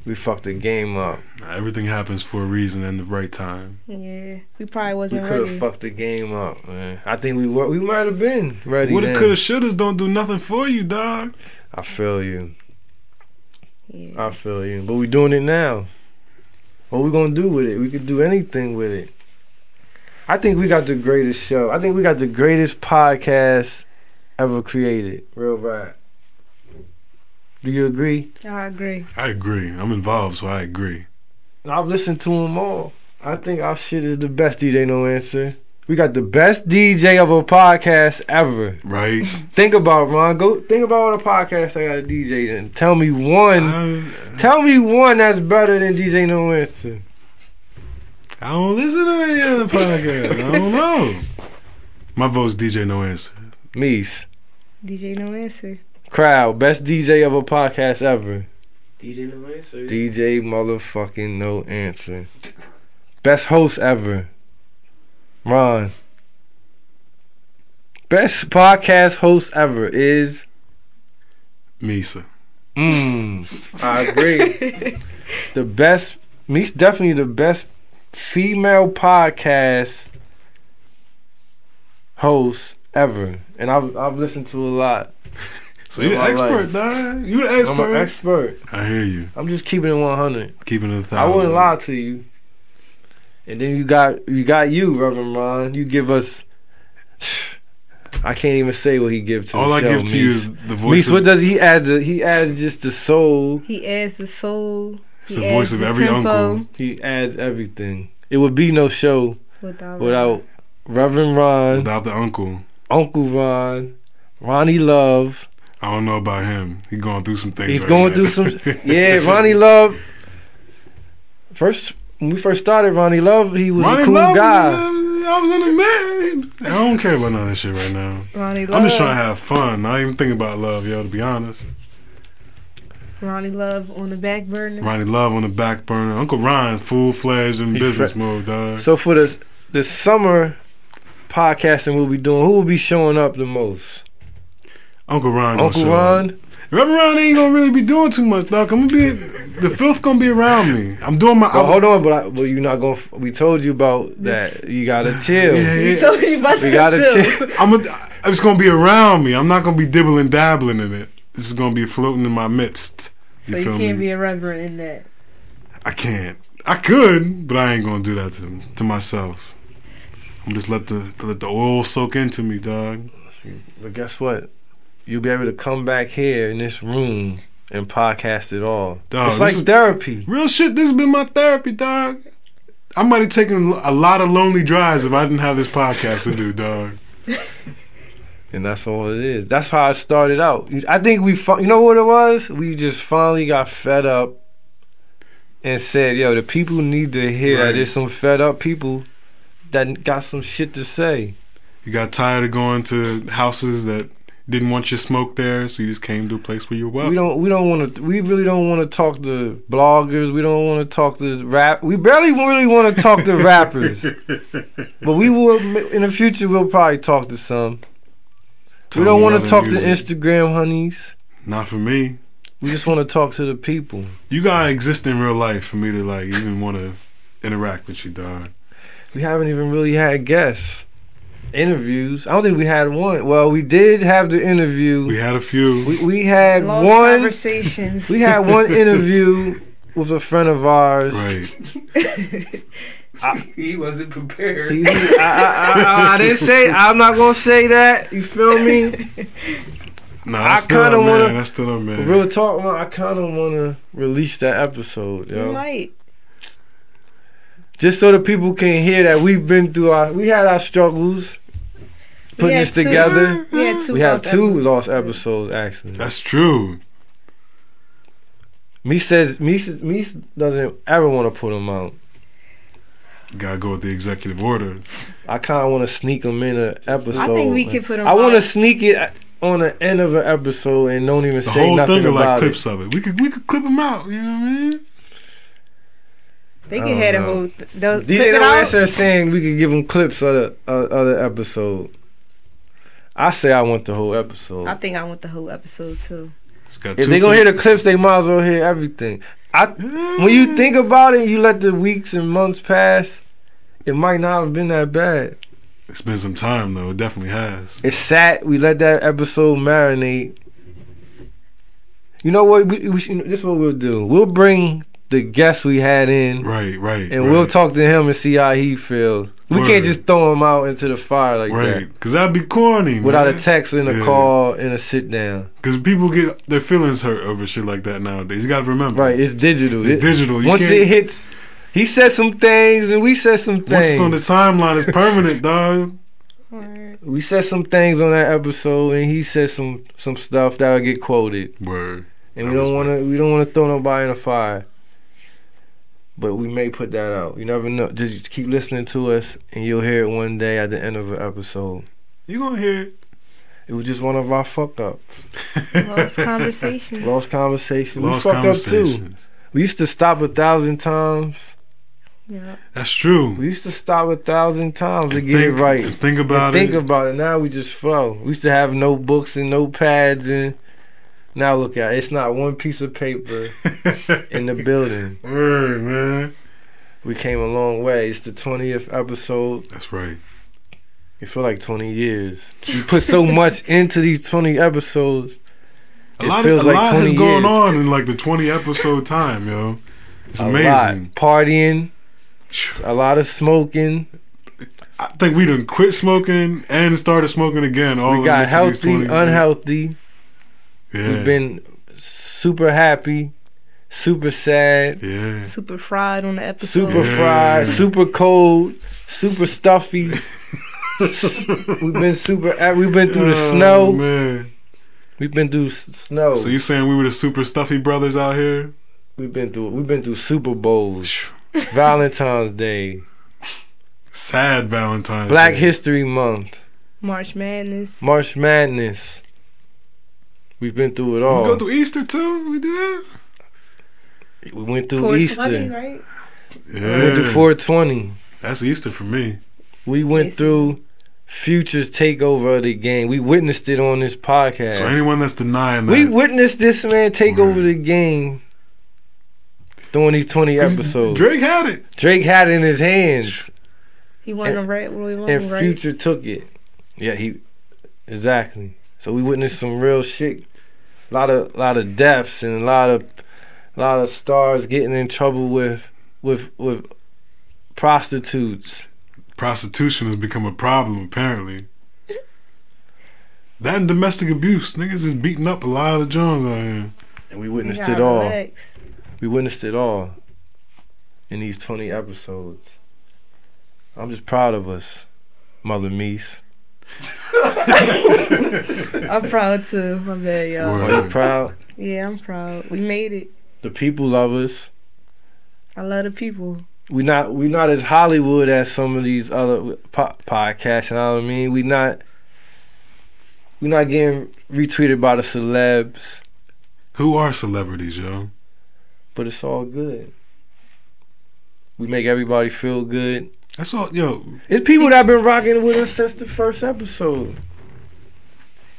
[SPEAKER 1] We fucked the game up.
[SPEAKER 2] Nah, everything happens for a reason and the right time.
[SPEAKER 3] Yeah. We probably
[SPEAKER 1] We
[SPEAKER 3] wasn't
[SPEAKER 1] could have
[SPEAKER 3] ready.
[SPEAKER 1] fucked the game up, man. I think we were. We might have been ready.
[SPEAKER 2] Woulda,
[SPEAKER 1] What
[SPEAKER 2] coulda, shouldas don't do nothing for you, dog.
[SPEAKER 1] I feel you.
[SPEAKER 3] Yeah.
[SPEAKER 1] I feel you. But we doing it now. What we gonna do with it? We could do anything with it. I think we got the greatest show. I think we got the greatest podcast ever created. Real rap. Do you agree?
[SPEAKER 3] I agree.
[SPEAKER 2] I agree. I'm involved, so I agree.
[SPEAKER 1] I've listened to them all. I think our shit is the best DJ No Answer. We got the best DJ of a podcast ever.
[SPEAKER 2] Right?
[SPEAKER 1] Think about it, Ron. Go think about all the podcasts I got a DJ in. Tell me one.
[SPEAKER 2] I,
[SPEAKER 1] Tell me one that's better than DJ No Answer.
[SPEAKER 2] I don't listen to any other podcast. I don't know. My vote's DJ No Answer.
[SPEAKER 1] Meese.
[SPEAKER 3] DJ No Answer.
[SPEAKER 1] Crowd, best DJ of a podcast ever.
[SPEAKER 9] DJ No Answer.
[SPEAKER 1] DJ motherfucking no answer. Best host ever. Ron. Best podcast host ever is
[SPEAKER 2] Misa. Mm.
[SPEAKER 1] Mmm. I agree. the best me's definitely the best female podcast host ever. And I've I've listened to a lot.
[SPEAKER 2] So you the
[SPEAKER 1] Am I
[SPEAKER 2] expert,
[SPEAKER 1] right?
[SPEAKER 2] dog. You the expert.
[SPEAKER 1] I'm an expert.
[SPEAKER 2] I hear you.
[SPEAKER 1] I'm just keeping it one hundred.
[SPEAKER 2] Keeping it a
[SPEAKER 1] I
[SPEAKER 2] thousand.
[SPEAKER 1] wouldn't lie to you. And then you got you got you, Reverend Ron. You give us. I can't even say what he give to.
[SPEAKER 2] All
[SPEAKER 1] the
[SPEAKER 2] I
[SPEAKER 1] show,
[SPEAKER 2] give to you
[SPEAKER 1] Meese.
[SPEAKER 2] is the voice.
[SPEAKER 1] Meese,
[SPEAKER 2] Of,
[SPEAKER 1] what does he add? To, he adds just the soul.
[SPEAKER 3] He adds the soul.
[SPEAKER 2] it's
[SPEAKER 3] he
[SPEAKER 2] the voice
[SPEAKER 3] adds
[SPEAKER 2] of
[SPEAKER 3] the
[SPEAKER 2] every
[SPEAKER 3] tempo
[SPEAKER 2] uncle.
[SPEAKER 1] He adds everything. It would be no show
[SPEAKER 3] Without,
[SPEAKER 1] without Reverend Ron,
[SPEAKER 2] Without the uncle,
[SPEAKER 1] Uncle Ron, Ronnie Love.
[SPEAKER 2] I don't know about him. He's going through some things.
[SPEAKER 1] He's
[SPEAKER 2] right
[SPEAKER 1] going
[SPEAKER 2] now.
[SPEAKER 1] through some. Yeah, Ronnie Love. First, when we first started, Ronnie Love, he was
[SPEAKER 2] Ronnie
[SPEAKER 1] a cool
[SPEAKER 2] Love was
[SPEAKER 1] guy.
[SPEAKER 2] in the- I was in the man. I don't care about none of that shit right now.
[SPEAKER 3] Ronnie Love.
[SPEAKER 2] I'm just trying to have fun. I ain't even thinking about love, yo. To be honest,
[SPEAKER 3] Ronnie Love on the back burner.
[SPEAKER 2] Ronnie Love on the back burner. Uncle Ryan, full fledged in
[SPEAKER 1] He
[SPEAKER 2] business
[SPEAKER 1] fra-
[SPEAKER 2] mode, dog.
[SPEAKER 1] So for the the summer podcasting we'll be doing, who will be showing up the most?
[SPEAKER 2] Uncle Ron. gonna
[SPEAKER 1] Uncle
[SPEAKER 2] show up.
[SPEAKER 1] Ron.
[SPEAKER 2] Reverend Ron ain't gonna really be doing too much, dog. I'm gonna be the filth gonna be around me. I'm doing my.
[SPEAKER 1] But hold on, but I, but you're not going. to We told you about that. You gotta chill.
[SPEAKER 2] Yeah,
[SPEAKER 3] He
[SPEAKER 2] yeah.
[SPEAKER 3] told you about
[SPEAKER 1] We
[SPEAKER 3] the
[SPEAKER 1] gotta
[SPEAKER 3] film.
[SPEAKER 1] chill.
[SPEAKER 2] I'm a, it's gonna be around me. I'm not gonna be dibbling dabbling in it. This is gonna be floating in my midst. You
[SPEAKER 3] So you
[SPEAKER 2] feel
[SPEAKER 3] can't
[SPEAKER 2] me?
[SPEAKER 3] be a reverend in that.
[SPEAKER 2] I can't. I could, but I ain't gonna do that to to myself. I'm just let the let the oil soak into me, dog.
[SPEAKER 1] But guess what? You'll be able to come back here in this room and podcast it all.
[SPEAKER 2] Dog,
[SPEAKER 1] it's
[SPEAKER 2] this
[SPEAKER 1] like
[SPEAKER 2] is-
[SPEAKER 1] therapy.
[SPEAKER 2] Real shit. This has been my therapy, dog. I might have taken a lot of lonely drives if I didn't have this podcast to do, dog.
[SPEAKER 1] And that's all it is. That's how I started out. I think we, fi- you know what it was? We just finally got fed up and said, yo, the people need to hear
[SPEAKER 2] Right.
[SPEAKER 1] that there's some fed up people that got some shit to say.
[SPEAKER 2] You got tired of going to houses that didn't want your smoke there, so you just came to a place where you're welcome.
[SPEAKER 1] We don't, we don't want to, we really don't want to talk to bloggers. We don't want to talk to rap. We barely really want to talk to rappers. But we will, in the future, we'll probably talk to some. we don't want to talk to Instagram honeys.
[SPEAKER 2] Not for me.
[SPEAKER 1] We just want to talk to the people.
[SPEAKER 2] You gotta exist in real life for me to like even want to interact with you, dog.
[SPEAKER 1] We haven't even really had guests. Interviews. I don't think we had one. Well, we did have the interview.
[SPEAKER 2] We
[SPEAKER 1] We
[SPEAKER 2] had a few.
[SPEAKER 1] we, had
[SPEAKER 3] Lost
[SPEAKER 1] one.
[SPEAKER 3] conversations.
[SPEAKER 1] We had one interview with a friend of ours.
[SPEAKER 2] right.
[SPEAKER 8] He wasn't prepared.
[SPEAKER 1] He- I, I- I- I- I didn't say. I'm not gonna say that. You feel me?
[SPEAKER 2] Nah, that's
[SPEAKER 1] I
[SPEAKER 2] still
[SPEAKER 1] kinda
[SPEAKER 2] our
[SPEAKER 1] wanna-
[SPEAKER 2] man. That's still our man.
[SPEAKER 1] Real talk, man. I kind of want to release that episode,
[SPEAKER 3] You
[SPEAKER 1] yo.
[SPEAKER 3] might.
[SPEAKER 1] Just so the people can hear that we've been through our. We had our struggles
[SPEAKER 3] We
[SPEAKER 1] putting
[SPEAKER 3] had
[SPEAKER 1] this
[SPEAKER 3] two-
[SPEAKER 1] together.
[SPEAKER 3] We had two.
[SPEAKER 1] we have
[SPEAKER 3] lost
[SPEAKER 1] two
[SPEAKER 3] episodes.
[SPEAKER 1] lost episodes actually.
[SPEAKER 2] That's true.
[SPEAKER 1] Me says me says- me doesn't ever want to put them out.
[SPEAKER 2] Gotta go with the executive order.
[SPEAKER 1] I kind of want to sneak them in an episode.
[SPEAKER 3] I think we could put 'em
[SPEAKER 1] I want to
[SPEAKER 3] out.
[SPEAKER 1] sneak it on the end of an episode and don't even
[SPEAKER 2] The
[SPEAKER 1] say
[SPEAKER 2] whole
[SPEAKER 1] nothing
[SPEAKER 2] thing are like
[SPEAKER 1] about
[SPEAKER 2] clips of it. We could we could clip them out. You know what I mean?
[SPEAKER 3] They
[SPEAKER 1] I
[SPEAKER 3] could
[SPEAKER 1] don't
[SPEAKER 3] have a
[SPEAKER 1] know.
[SPEAKER 3] whole. Th- those,
[SPEAKER 1] it.
[SPEAKER 3] clip
[SPEAKER 1] DJ
[SPEAKER 3] it
[SPEAKER 1] No
[SPEAKER 3] out.
[SPEAKER 1] Answer is saying we could give them clips of the uh, other episode. I say I want the whole episode.
[SPEAKER 3] I think I want the whole episode too.
[SPEAKER 2] It's got
[SPEAKER 1] if
[SPEAKER 2] two
[SPEAKER 1] they gonna
[SPEAKER 2] feet.
[SPEAKER 1] hear the clips, they might as well hear everything. I when you think about it, you let the weeks and months pass. It might not have been that bad.
[SPEAKER 2] it's been some time though. It definitely has.
[SPEAKER 1] It's sad. We let that episode marinate. You know what? We, we should, this is what we'll do. We'll bring the guest we had in,
[SPEAKER 2] Right, right.
[SPEAKER 1] and
[SPEAKER 2] right,
[SPEAKER 1] we'll talk to him and see how he feels. We
[SPEAKER 2] Word.
[SPEAKER 1] can't just throw him out into the fire like
[SPEAKER 2] Right,
[SPEAKER 1] that
[SPEAKER 2] because that'd be corny.
[SPEAKER 1] without
[SPEAKER 2] man.
[SPEAKER 1] a text and a
[SPEAKER 2] Yeah.
[SPEAKER 1] call and a sit down.
[SPEAKER 2] Because people get their feelings hurt over shit like that nowadays. You gotta remember.
[SPEAKER 1] Right? It's digital.
[SPEAKER 2] It's digital. You
[SPEAKER 1] once
[SPEAKER 2] can't-
[SPEAKER 1] it hits, he said some things and we said some
[SPEAKER 2] Once
[SPEAKER 1] things.
[SPEAKER 2] it's on the timeline, it's permanent, dog.
[SPEAKER 1] we said some things on that episode, and he said some some stuff that'll get quoted.
[SPEAKER 2] Word.
[SPEAKER 1] And
[SPEAKER 2] I
[SPEAKER 1] we don't
[SPEAKER 2] respect
[SPEAKER 1] want to. We don't want to throw nobody in the fire. But we may put that out. You never know. Just keep listening to us, and you'll hear it one day at the end of an episode.
[SPEAKER 2] You gonna hear it.
[SPEAKER 1] It was just one of our fuck up,
[SPEAKER 3] Lost conversation.
[SPEAKER 1] lost conversation.
[SPEAKER 2] Lost
[SPEAKER 1] we fucked up too.
[SPEAKER 2] conversations.
[SPEAKER 1] We used to stop a thousand times.
[SPEAKER 3] Yeah.
[SPEAKER 2] That's true.
[SPEAKER 1] We used to stop a thousand times to
[SPEAKER 2] And
[SPEAKER 1] get
[SPEAKER 2] think-
[SPEAKER 1] it right.
[SPEAKER 2] and think about
[SPEAKER 1] And think
[SPEAKER 2] it.
[SPEAKER 1] about it. Now we just flow. We used to have no books and no pads and now look at it. It's not one piece of paper in the building.
[SPEAKER 2] Word, man.
[SPEAKER 1] We came a long way. It's the twentieth episode.
[SPEAKER 2] That's right.
[SPEAKER 1] You feel like twenty years. We put so much into these twenty episodes.
[SPEAKER 2] A
[SPEAKER 1] It
[SPEAKER 2] lot,
[SPEAKER 1] feels
[SPEAKER 2] of, a
[SPEAKER 1] like
[SPEAKER 2] lot
[SPEAKER 1] 20
[SPEAKER 2] is going
[SPEAKER 1] years.
[SPEAKER 2] on in like the 20 episode time, yo. It's
[SPEAKER 1] a
[SPEAKER 2] amazing.
[SPEAKER 1] lot. Partying,
[SPEAKER 2] Phew.
[SPEAKER 1] a lot of smoking.
[SPEAKER 2] I think we done quit smoking and started smoking again. All in
[SPEAKER 1] we got
[SPEAKER 2] the next
[SPEAKER 1] healthy,
[SPEAKER 2] 20
[SPEAKER 1] unhealthy.
[SPEAKER 2] Yeah.
[SPEAKER 1] We've been super happy, super sad.
[SPEAKER 2] yeah.
[SPEAKER 3] Super fried on the episode.
[SPEAKER 1] super
[SPEAKER 2] Yeah.
[SPEAKER 1] fried, super cold, super stuffy. we've been super. uh, We've been through the
[SPEAKER 2] Oh,
[SPEAKER 1] snow.
[SPEAKER 2] Man.
[SPEAKER 1] We've been through s- snow.
[SPEAKER 2] So you saying we were the super stuffy brothers out here?
[SPEAKER 1] we've been through. We've been through Super Bowls, Valentine's Day,
[SPEAKER 2] Sad Valentine's
[SPEAKER 1] Black
[SPEAKER 2] Day.
[SPEAKER 1] History Month,
[SPEAKER 3] March Madness.
[SPEAKER 1] March Madness. We've been through it all.
[SPEAKER 2] We go through Easter too? We do that?
[SPEAKER 1] we went through
[SPEAKER 3] 420,
[SPEAKER 1] Easter.
[SPEAKER 3] right?
[SPEAKER 1] We went through
[SPEAKER 2] Yeah.
[SPEAKER 1] 420.
[SPEAKER 2] That's Easter for me.
[SPEAKER 1] We went
[SPEAKER 3] Basically.
[SPEAKER 1] through Future's takeover of the game. We witnessed it on this podcast.
[SPEAKER 2] So anyone that's denying that.
[SPEAKER 1] We witnessed this man take
[SPEAKER 2] Right.
[SPEAKER 1] over the game during these 20 episodes.
[SPEAKER 2] Drake had it.
[SPEAKER 1] Drake had it in his hands,
[SPEAKER 3] He won a right where he won
[SPEAKER 1] and
[SPEAKER 3] right.
[SPEAKER 1] Future took it. Yeah, he exactly. So we witnessed some real shit. A lot of lot of deaths and a lot of lot of stars getting in trouble with with with prostitutes.
[SPEAKER 2] prostitution has become a problem apparently. That and domestic abuse, niggas is beating up a lot of Johns out here.
[SPEAKER 1] And we
[SPEAKER 3] You
[SPEAKER 1] witnessed
[SPEAKER 3] gotta
[SPEAKER 1] it all.
[SPEAKER 3] relax.
[SPEAKER 1] We witnessed it all in these 20 episodes. I'm just proud of us, Mother Meese.
[SPEAKER 3] I'm proud too. My bad, y'all.
[SPEAKER 1] Are you
[SPEAKER 2] Word.
[SPEAKER 1] proud?
[SPEAKER 3] Yeah, I'm proud. We made it.
[SPEAKER 1] The people love us.
[SPEAKER 3] I love the people.
[SPEAKER 1] We not we not as Hollywood as some of these other po- podcasts. You know what I mean? We not we not getting retweeted by the celebs,
[SPEAKER 2] Who are celebrities, yo?
[SPEAKER 1] but it's all good. We make everybody feel good.
[SPEAKER 2] That's all, yo.
[SPEAKER 1] It's people that been rocking with us since the first episode.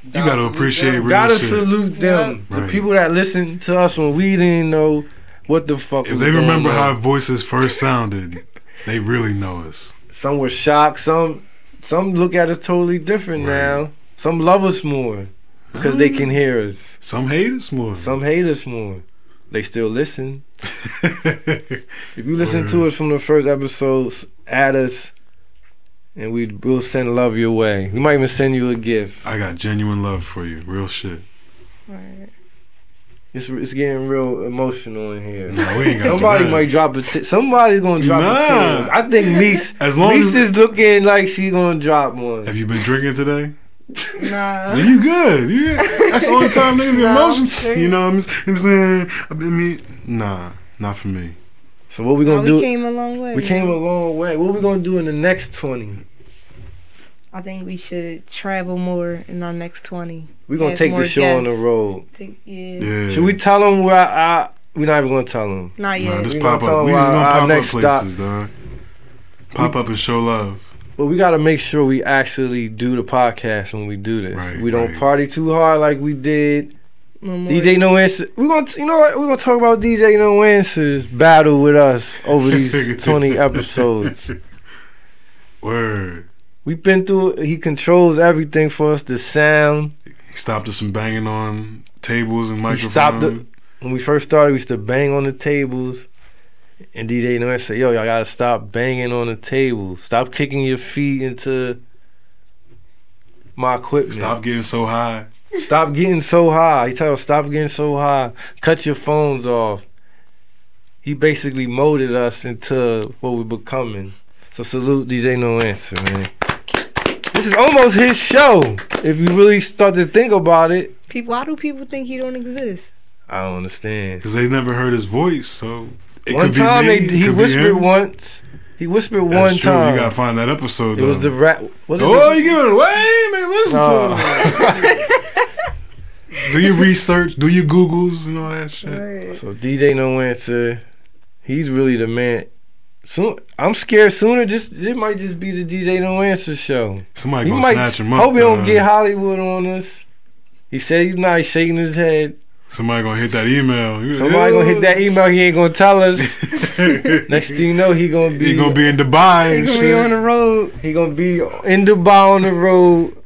[SPEAKER 2] You gotta appreciate real
[SPEAKER 1] Gotta
[SPEAKER 2] shit.
[SPEAKER 1] salute them. The
[SPEAKER 2] Right.
[SPEAKER 1] people that listened to us when we didn't know what the fuck.
[SPEAKER 2] if
[SPEAKER 1] was
[SPEAKER 2] they
[SPEAKER 1] going
[SPEAKER 2] remember
[SPEAKER 1] on.
[SPEAKER 2] how our voices first sounded, they really know us.
[SPEAKER 1] Some were shocked. Some some look at us totally different
[SPEAKER 2] Right.
[SPEAKER 1] now. Some love us more because they can hear us.
[SPEAKER 2] Some hate us more.
[SPEAKER 1] Some hate us more. They still listen. If you listen to us from the first episodes, add us, and we will send love your way. We might even send you a gift.
[SPEAKER 2] I got genuine love for you, real shit.
[SPEAKER 3] Right.
[SPEAKER 1] It's it's getting real emotional in here.
[SPEAKER 2] No, we ain't got
[SPEAKER 1] Somebody
[SPEAKER 2] that.
[SPEAKER 1] might drop a. T- somebody's gonna drop
[SPEAKER 2] Nah.
[SPEAKER 1] a tear. I think Meese.
[SPEAKER 2] As long
[SPEAKER 1] Meese
[SPEAKER 2] as-
[SPEAKER 1] is looking like she gonna drop one.
[SPEAKER 2] Have you been drinking today?
[SPEAKER 3] Nah.
[SPEAKER 2] Then you good. You, that's the only time niggas get
[SPEAKER 3] No,
[SPEAKER 2] emotions.
[SPEAKER 3] sure.
[SPEAKER 2] You know what I'm, I'm saying? I mean, nah, not for me.
[SPEAKER 1] So what we
[SPEAKER 3] Nah,
[SPEAKER 1] gonna
[SPEAKER 3] we
[SPEAKER 1] do?
[SPEAKER 3] came a long way.
[SPEAKER 1] we came a long way. What we gonna do in the next twenty?
[SPEAKER 3] I think we should travel more in our next 20.
[SPEAKER 1] We're gonna
[SPEAKER 3] Have
[SPEAKER 1] take
[SPEAKER 3] more
[SPEAKER 1] this show on the
[SPEAKER 3] guests.
[SPEAKER 1] road.
[SPEAKER 3] Take, yeah.
[SPEAKER 2] Yeah.
[SPEAKER 1] Should we tell them where I? We're not even gonna tell them.
[SPEAKER 3] Not
[SPEAKER 2] Nah,
[SPEAKER 3] yet.
[SPEAKER 2] just
[SPEAKER 1] We
[SPEAKER 2] pop
[SPEAKER 1] gonna
[SPEAKER 2] up.
[SPEAKER 1] talk
[SPEAKER 2] We just
[SPEAKER 1] about
[SPEAKER 2] gonna
[SPEAKER 1] our
[SPEAKER 2] pop up
[SPEAKER 1] next stop.
[SPEAKER 2] places, dog. Pop up and show love.
[SPEAKER 1] But we gotta make sure we actually do the podcast when we do this.
[SPEAKER 2] Right,
[SPEAKER 1] we don't
[SPEAKER 2] right.
[SPEAKER 1] party too hard like we did.
[SPEAKER 3] Memorial.
[SPEAKER 1] DJ No Answer. We're gonna, you know what? We're gonna talk about DJ No Answers battle with us over these twenty episodes.
[SPEAKER 2] Word.
[SPEAKER 1] We've been through. He controls everything for us. The sound.
[SPEAKER 2] He stopped us from banging on tables and
[SPEAKER 1] He
[SPEAKER 2] microphones.
[SPEAKER 1] stopped the. When we first started, we used to bang on the tables. And DJ No Answer said, "Yo, y'all gotta stop banging on the table. Stop kicking your feet into." My equipment.
[SPEAKER 2] Stop getting so high.
[SPEAKER 1] Stop getting so high. He told him, stop getting so high. Cut your phones off. He basically molded us into what we're becoming. So salute DJ No Answer, man. This is almost his show. If you really start to think about it,
[SPEAKER 3] People, why do people think he don't exist?
[SPEAKER 1] I don't understand.
[SPEAKER 2] Because they never heard his voice, so It
[SPEAKER 1] one
[SPEAKER 2] could be me,
[SPEAKER 1] time they,
[SPEAKER 2] it
[SPEAKER 1] he
[SPEAKER 2] could be
[SPEAKER 1] whispered
[SPEAKER 2] him.
[SPEAKER 1] once. He whispered
[SPEAKER 2] That's
[SPEAKER 1] one
[SPEAKER 2] true.
[SPEAKER 1] time.
[SPEAKER 2] You gotta find that episode.
[SPEAKER 1] it was
[SPEAKER 2] though.
[SPEAKER 1] the rap. Was it
[SPEAKER 2] oh,
[SPEAKER 1] the-
[SPEAKER 2] you giving it away, man? Listen
[SPEAKER 1] Nah.
[SPEAKER 2] to it. Do your research? Do your Googles and all that shit?
[SPEAKER 1] So DJ No Answer, he's really the man. Soon, I'm scared sooner. Just it might just be the DJ No Answer show.
[SPEAKER 2] Somebody
[SPEAKER 1] He
[SPEAKER 2] gonna
[SPEAKER 1] might.
[SPEAKER 2] snatch him up. uh,
[SPEAKER 1] Hope he don't
[SPEAKER 2] dog.
[SPEAKER 1] get Hollywood on us. He said he's not. He's shaking his head.
[SPEAKER 2] Somebody gonna hit that email. You-
[SPEAKER 1] Somebody gonna hit that email. He ain't gonna tell us. Next thing you know, he gonna be
[SPEAKER 2] He gonna be in Dubai
[SPEAKER 3] They
[SPEAKER 2] and
[SPEAKER 3] gonna be on
[SPEAKER 2] shit.
[SPEAKER 3] the road.
[SPEAKER 1] He gonna be in Dubai on the road.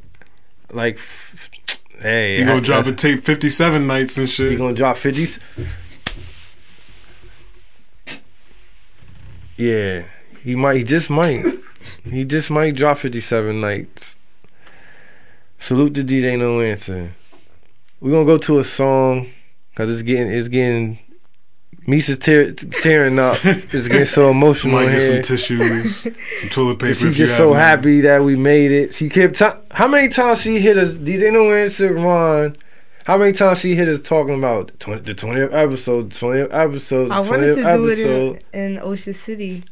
[SPEAKER 1] Like, f- hey,
[SPEAKER 2] He gonna
[SPEAKER 1] that-
[SPEAKER 2] drop a
[SPEAKER 1] that's-
[SPEAKER 2] tape fifty seven nights and
[SPEAKER 1] He
[SPEAKER 2] shit.
[SPEAKER 1] gonna drop fifties. Yeah, he might. He just might. he just might drop fifty-seven nights. Salute to DJ No Answer. We're gonna go to a song because it's getting it's getting. Misa's tear, tearing up. It's getting so emotional
[SPEAKER 2] Somebody
[SPEAKER 1] here.
[SPEAKER 2] get some tissues, some toilet paper.
[SPEAKER 1] She's
[SPEAKER 2] if you
[SPEAKER 1] just
[SPEAKER 2] have
[SPEAKER 1] so
[SPEAKER 2] none.
[SPEAKER 1] happy that we made it. She kept t- how many times she hit us? DJ No Answer Ron. How many times she hit us talking about the 20, the twentieth episode, the twentieth episode, the
[SPEAKER 3] I wanted
[SPEAKER 1] twentieth
[SPEAKER 3] to do it
[SPEAKER 1] episode?
[SPEAKER 3] in, in Ocean City.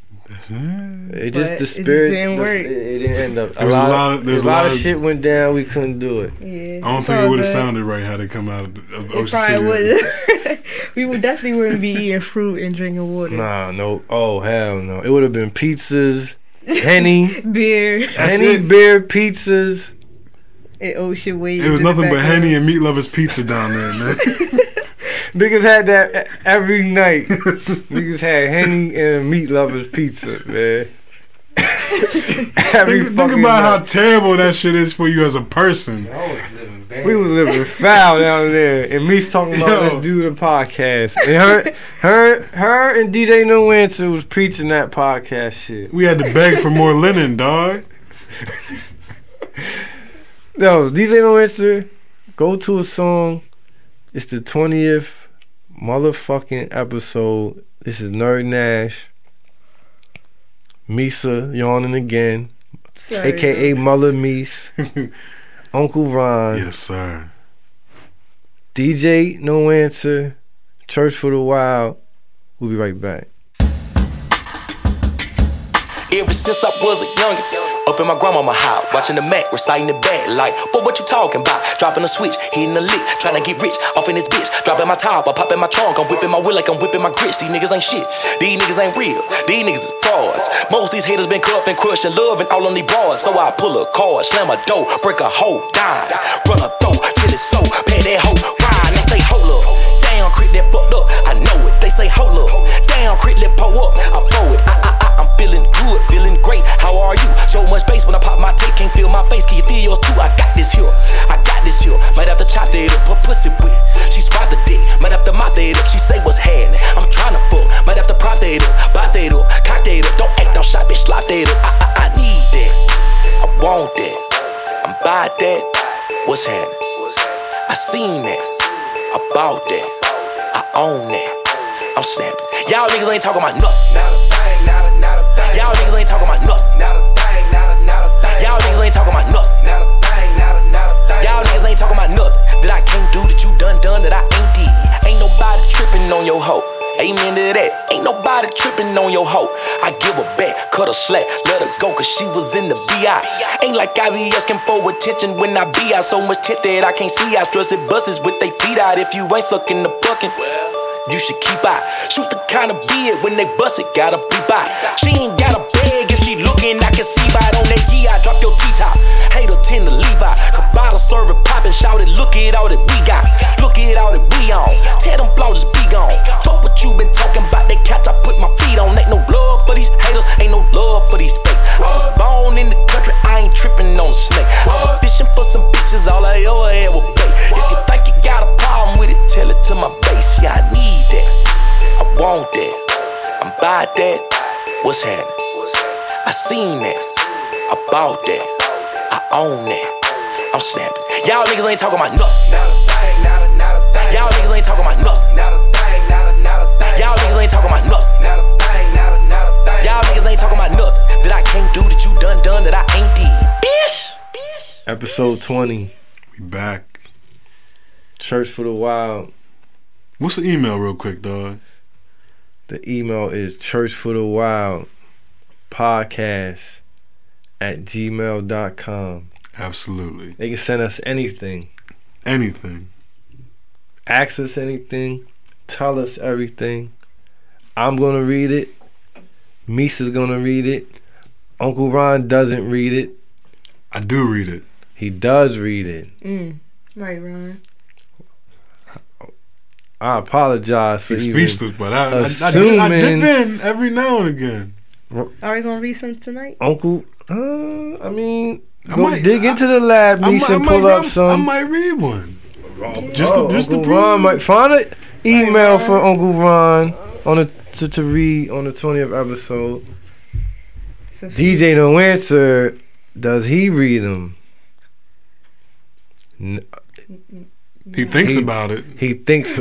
[SPEAKER 3] but
[SPEAKER 1] It, just
[SPEAKER 3] it
[SPEAKER 1] the
[SPEAKER 3] just
[SPEAKER 1] spirit.
[SPEAKER 3] didn't
[SPEAKER 1] the-
[SPEAKER 3] work.
[SPEAKER 1] It, it didn't end up.
[SPEAKER 2] There was a lot of- there was
[SPEAKER 1] a
[SPEAKER 2] a
[SPEAKER 1] lot
[SPEAKER 2] lot
[SPEAKER 1] of
[SPEAKER 2] of-
[SPEAKER 1] shit went down. We couldn't do it.
[SPEAKER 3] Yeah,
[SPEAKER 2] I don't
[SPEAKER 3] it's
[SPEAKER 2] think
[SPEAKER 3] all
[SPEAKER 2] it would have
[SPEAKER 3] good.
[SPEAKER 2] sounded right had it come out of of
[SPEAKER 3] It
[SPEAKER 2] Ocean
[SPEAKER 3] probably
[SPEAKER 2] City.
[SPEAKER 3] would. we would definitely wouldn't be eating fruit and drinking water.
[SPEAKER 1] Nah, no. Oh hell no! It would have been pizzas, henny,
[SPEAKER 3] Beer
[SPEAKER 2] That's
[SPEAKER 1] henny
[SPEAKER 2] it.
[SPEAKER 1] beer pizzas.
[SPEAKER 3] and ocean waves.
[SPEAKER 2] It was
[SPEAKER 3] in the
[SPEAKER 2] nothing but
[SPEAKER 3] background.
[SPEAKER 2] Henny and Meat Lovers Pizza down there, man.
[SPEAKER 1] Niggas had that e- every night. Niggas had henny and meat lovers pizza, man. every
[SPEAKER 2] think, think about how terrible that shit is for you as a person.
[SPEAKER 1] how we was living foul down there, and me's talking about
[SPEAKER 2] Yo.
[SPEAKER 1] let's do the podcast, and her, her, her, and DJ No Answer was preaching that podcast shit.
[SPEAKER 2] We had to beg for more linen, dog.
[SPEAKER 1] No, DJ No Answer, go to a song. It's the twentieth motherfucking episode. This is Nerd Nash, Misa yawning again.
[SPEAKER 3] Sorry,
[SPEAKER 1] aka Mother Meese, Uncle Ron,
[SPEAKER 2] Yes, sir.
[SPEAKER 1] DJ No Answer, Church for the Wild. We'll be right back.
[SPEAKER 9] Ever since I was a youngin', up in my grandmama house, watching the Mac, reciting the bag like, boy, what you talking about? Dropping a switch, hitting a lick, trying to get rich off in this bitch. Dropping my top, I popping my trunk, I'm whipping my wheel like I'm whipping my grits. These niggas ain't shit, these niggas ain't real, these niggas is frauds. Most these haters been cut up and crushed and love and all on these bars. So I pull a card, slam a door, break a hole, dime, run a throw till it's so bad that hoe rhyme. They say, hold up. Damn, crit that fucked up. I know it. They say, hold up. Damn, crit that pull up. I throw it. I, I, I, I'm feeling good, feeling great. How are you? So much space when I pop my tape. Can't feel my face. Can you feel yours too? I got this here. I got this here. Might have to chop that up. Put pussy with. She swab the dick. Might have to mop that up. She say what's happening. I'm tryna fuck. Might have to prop that up. Bop that up. Cock that up. Don't act on shot, bitch. Slop that up. I, I, I need that. I want that. I'm by that. What's happening? I seen that. I bought that. I own that. I'm snapping. Y'all niggas ain't talking about nothing. Y'all niggas ain't talking about nothing. Y'all niggas ain't talking about nothing. Y'all niggas ain't talking about nothing that I can't do, that you done done, that I ain't did. Ain't nobody tripping on your hoe. Amen to that. Ain't nobody tripping on your hoe. I give her back, cut her slack, let her go, cause she was in the VI. Ain't like I be asking for attention when I be out. So much tit that I can't see. I stress it buses with they feet out. If you ain't sucking the fucking. You should keep out. Shoot the kind of beard when they bust it, gotta be by. She ain't got a bag if she looking, I can see by it on that yeah. Drop your T top, hater tend to Levi. Cabata serving poppin', shout it, look at all that we got. Look at all that we on. Tell them flaws just be gone. Fuck what you been talking about, they catch I put my feet on. Ain't no love for these haters, ain't no love for these fakes. I was born in the country, I ain't trippin' on a snake. I was fishing for some bitches, all I ever had was bait. If you think you got a problem with it, tell it to my face. Yeah, I need that. I want that. I'm by that. What's happening? I seen that. I bought that. I own that. I'm snapping. Y'all niggas ain't talking about nothing. Y'all niggas ain't talking about nothing. Y'all niggas ain't talking about nothing. Y'all niggas ain't talking about nothing that I can't do, that you done done, that I ain't did. Bitch.
[SPEAKER 1] Episode 20,
[SPEAKER 2] We back.
[SPEAKER 1] Church for the Wild.
[SPEAKER 2] What's the email, real quick, dog?
[SPEAKER 1] The email is Church for the Wild Podcast at gmail.com.
[SPEAKER 2] Absolutely.
[SPEAKER 1] They can send us anything.
[SPEAKER 2] Anything.
[SPEAKER 1] Ask us anything. Tell us everything. I'm gonna read it. Misa's gonna read it. Uncle Ron doesn't read it.
[SPEAKER 2] I do read it.
[SPEAKER 1] He does read it.
[SPEAKER 3] Mm. Right, Ron.
[SPEAKER 1] I apologize for
[SPEAKER 2] He's
[SPEAKER 1] even.
[SPEAKER 2] speechless, but I, I, I, dip- I
[SPEAKER 1] assuming-
[SPEAKER 2] dip in every now and again.
[SPEAKER 3] Are we gonna read some tonight?
[SPEAKER 1] Uncle, uh, I mean,
[SPEAKER 2] I
[SPEAKER 1] go
[SPEAKER 2] might-
[SPEAKER 1] dig into the lab,
[SPEAKER 2] I
[SPEAKER 1] Misa,
[SPEAKER 2] might- I
[SPEAKER 1] and
[SPEAKER 2] might
[SPEAKER 1] pull
[SPEAKER 2] read-
[SPEAKER 1] up some. Oh,
[SPEAKER 2] I might read one. Just to, just to
[SPEAKER 1] Uncle
[SPEAKER 2] prove.
[SPEAKER 1] Ron might find it. Email
[SPEAKER 3] Ron.
[SPEAKER 1] for Uncle Ron on the to, to read on the twentieth episode.
[SPEAKER 3] So
[SPEAKER 1] DJ No Answer, does he read them?
[SPEAKER 2] he thinks
[SPEAKER 1] He-
[SPEAKER 2] about it.
[SPEAKER 1] He thinks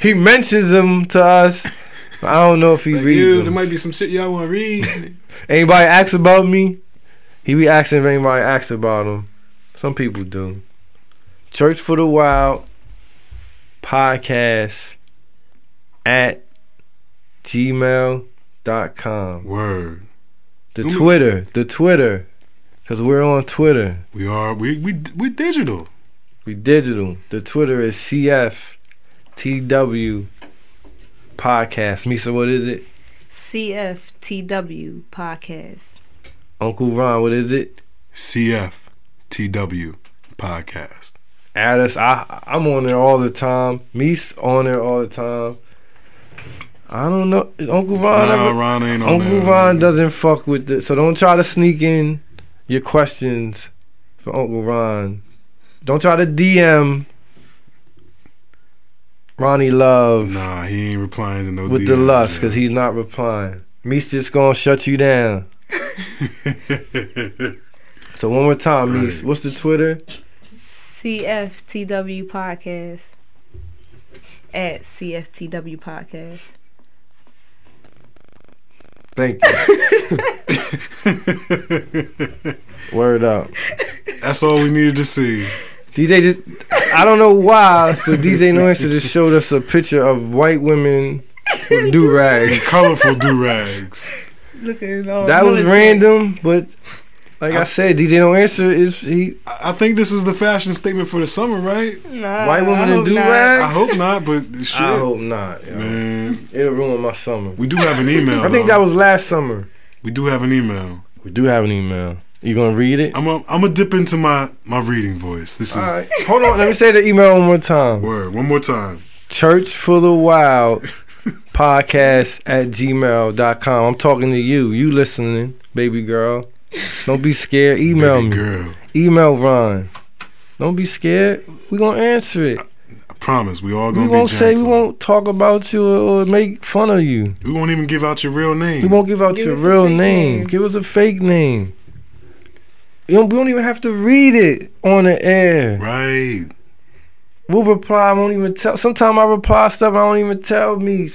[SPEAKER 1] he mentions them to us. but I don't know if he
[SPEAKER 2] Like,
[SPEAKER 1] reads
[SPEAKER 2] "Ew,
[SPEAKER 1] them.
[SPEAKER 2] there might be some shit y'all want to read.
[SPEAKER 1] Anybody asks about me? He be asking if anybody asks about him. Some people do. Church for the Wild podcast at gmail.com.
[SPEAKER 2] Word.
[SPEAKER 1] The
[SPEAKER 2] Do we-
[SPEAKER 1] Twitter, the Twitter, because we're on Twitter.
[SPEAKER 2] We are we we we digital.
[SPEAKER 1] We digital. The Twitter is CFTW podcast. Misa, what is it?
[SPEAKER 3] CFTW podcast.
[SPEAKER 1] Uncle Ron, what is it?
[SPEAKER 2] CFTW podcast.
[SPEAKER 1] at us. I I'm on there all the time. Me's on there all the time. I don't know. Is Uncle Ron.
[SPEAKER 2] nah,
[SPEAKER 1] ever-
[SPEAKER 2] Ron ain't on
[SPEAKER 1] Uncle
[SPEAKER 2] there.
[SPEAKER 1] Ron doesn't fuck with this, so don't try to sneak in your questions for Uncle Ron. Don't try to DM Ronnie Love
[SPEAKER 2] Nah, he ain't replying to no
[SPEAKER 1] with
[SPEAKER 2] DMs,
[SPEAKER 1] the lust because
[SPEAKER 2] yeah.
[SPEAKER 1] he's not replying. Me's just gonna shut you down. So one more time, Mees. What's the Twitter?
[SPEAKER 3] CFTW podcast. At CFTW podcast.
[SPEAKER 1] Thank you. Word up.
[SPEAKER 2] That's all we needed to see.
[SPEAKER 1] DJ just I don't know why, but DJ Noisy just showed us a picture of white women with do rags.
[SPEAKER 2] Colorful do rags.
[SPEAKER 3] Look at all
[SPEAKER 1] That was
[SPEAKER 3] militant.
[SPEAKER 1] random, but like I said, DJ No Answer is he
[SPEAKER 2] I I think this is the fashion statement for the summer, right?
[SPEAKER 3] Nah,
[SPEAKER 1] White
[SPEAKER 3] Uh,
[SPEAKER 1] women
[SPEAKER 3] I
[SPEAKER 1] in
[SPEAKER 3] hope not.
[SPEAKER 1] do-rag?
[SPEAKER 2] I hope not, but shit,
[SPEAKER 1] I hope not. yo.
[SPEAKER 2] man,
[SPEAKER 1] It'll ruin my summer.
[SPEAKER 2] we do have an email.
[SPEAKER 1] I think
[SPEAKER 2] though.
[SPEAKER 1] that was last summer.
[SPEAKER 2] we do have an email.
[SPEAKER 1] um, We do have an email. You gonna read it?
[SPEAKER 2] I'm gonna I'm gonna dip into my my reading voice. This is
[SPEAKER 1] Alright. Hold on, let me say the email one more time.
[SPEAKER 2] word. One more time.
[SPEAKER 1] Church for the Wild podcast at gmail.com. I'm talking to you. You listening, baby girl. Don't be scared. Email
[SPEAKER 2] Baby
[SPEAKER 1] me.
[SPEAKER 2] girl.
[SPEAKER 1] Email Ron. Don't be scared. We gonna answer it.
[SPEAKER 2] I promise we all
[SPEAKER 1] We
[SPEAKER 2] gonna
[SPEAKER 1] won't
[SPEAKER 2] be
[SPEAKER 1] say we
[SPEAKER 2] gentle.
[SPEAKER 1] won't talk about you or, or make fun of you.
[SPEAKER 2] We won't even give out your real name.
[SPEAKER 1] We won't give out
[SPEAKER 3] Give
[SPEAKER 1] your
[SPEAKER 3] us a
[SPEAKER 1] real
[SPEAKER 3] fake
[SPEAKER 1] name.
[SPEAKER 3] name.
[SPEAKER 1] Give us a fake name. You don't- we don't even have to read it on the air.
[SPEAKER 2] Right.
[SPEAKER 1] We'll reply. I won't even tell. Sometimes I reply stuff I don't even tell me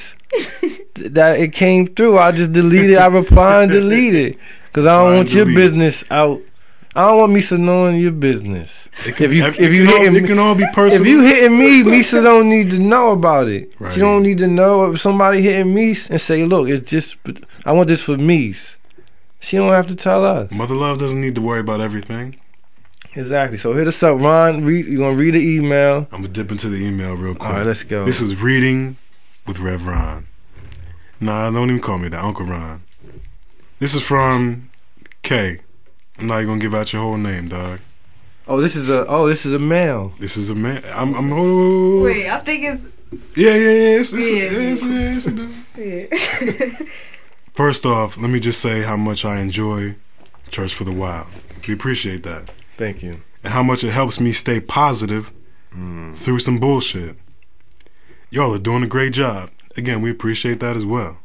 [SPEAKER 1] that it came through. I just delete it. I reply and delete it because I don't
[SPEAKER 2] Reply and
[SPEAKER 1] want your
[SPEAKER 2] delete.
[SPEAKER 1] business out. I don't want Misa knowing your business. If you
[SPEAKER 2] It
[SPEAKER 1] if
[SPEAKER 2] can
[SPEAKER 1] you
[SPEAKER 2] all-
[SPEAKER 1] hitting
[SPEAKER 2] it
[SPEAKER 1] me,
[SPEAKER 2] can all be
[SPEAKER 1] if
[SPEAKER 2] personal.
[SPEAKER 1] you hitting me, Misa don't need to know about it.
[SPEAKER 2] Right.
[SPEAKER 1] She don't need to know if somebody hitting me and say, "Look, it's just I want this for me." She don't have to tell us.
[SPEAKER 2] Mother Love doesn't need to worry about everything.
[SPEAKER 1] Exactly. So hit us up, Ron. Read, you gonna read the email?
[SPEAKER 2] I'm gonna dip into the email real quick.
[SPEAKER 1] All right, let's go.
[SPEAKER 2] This is reading with Rev Ron. Nah, don't even call me that, Uncle Ron. This is from K. I'm not even gonna give out your whole name, dog.
[SPEAKER 1] oh, this is a oh, this is a mail.
[SPEAKER 2] This is a man. I'm. I'm. Oh,
[SPEAKER 3] Wait, I think it's
[SPEAKER 2] Yeah, yeah, yeah. It's, it's,
[SPEAKER 3] Yeah.
[SPEAKER 2] it's, it's, it's-
[SPEAKER 3] yeah.
[SPEAKER 2] First off, let me just say how much I enjoy Church for the Wild. We appreciate that.
[SPEAKER 1] Thank you.
[SPEAKER 2] and how much it helps me stay positive through some bullshit. Y'all are doing a great job. Again, we appreciate that as well.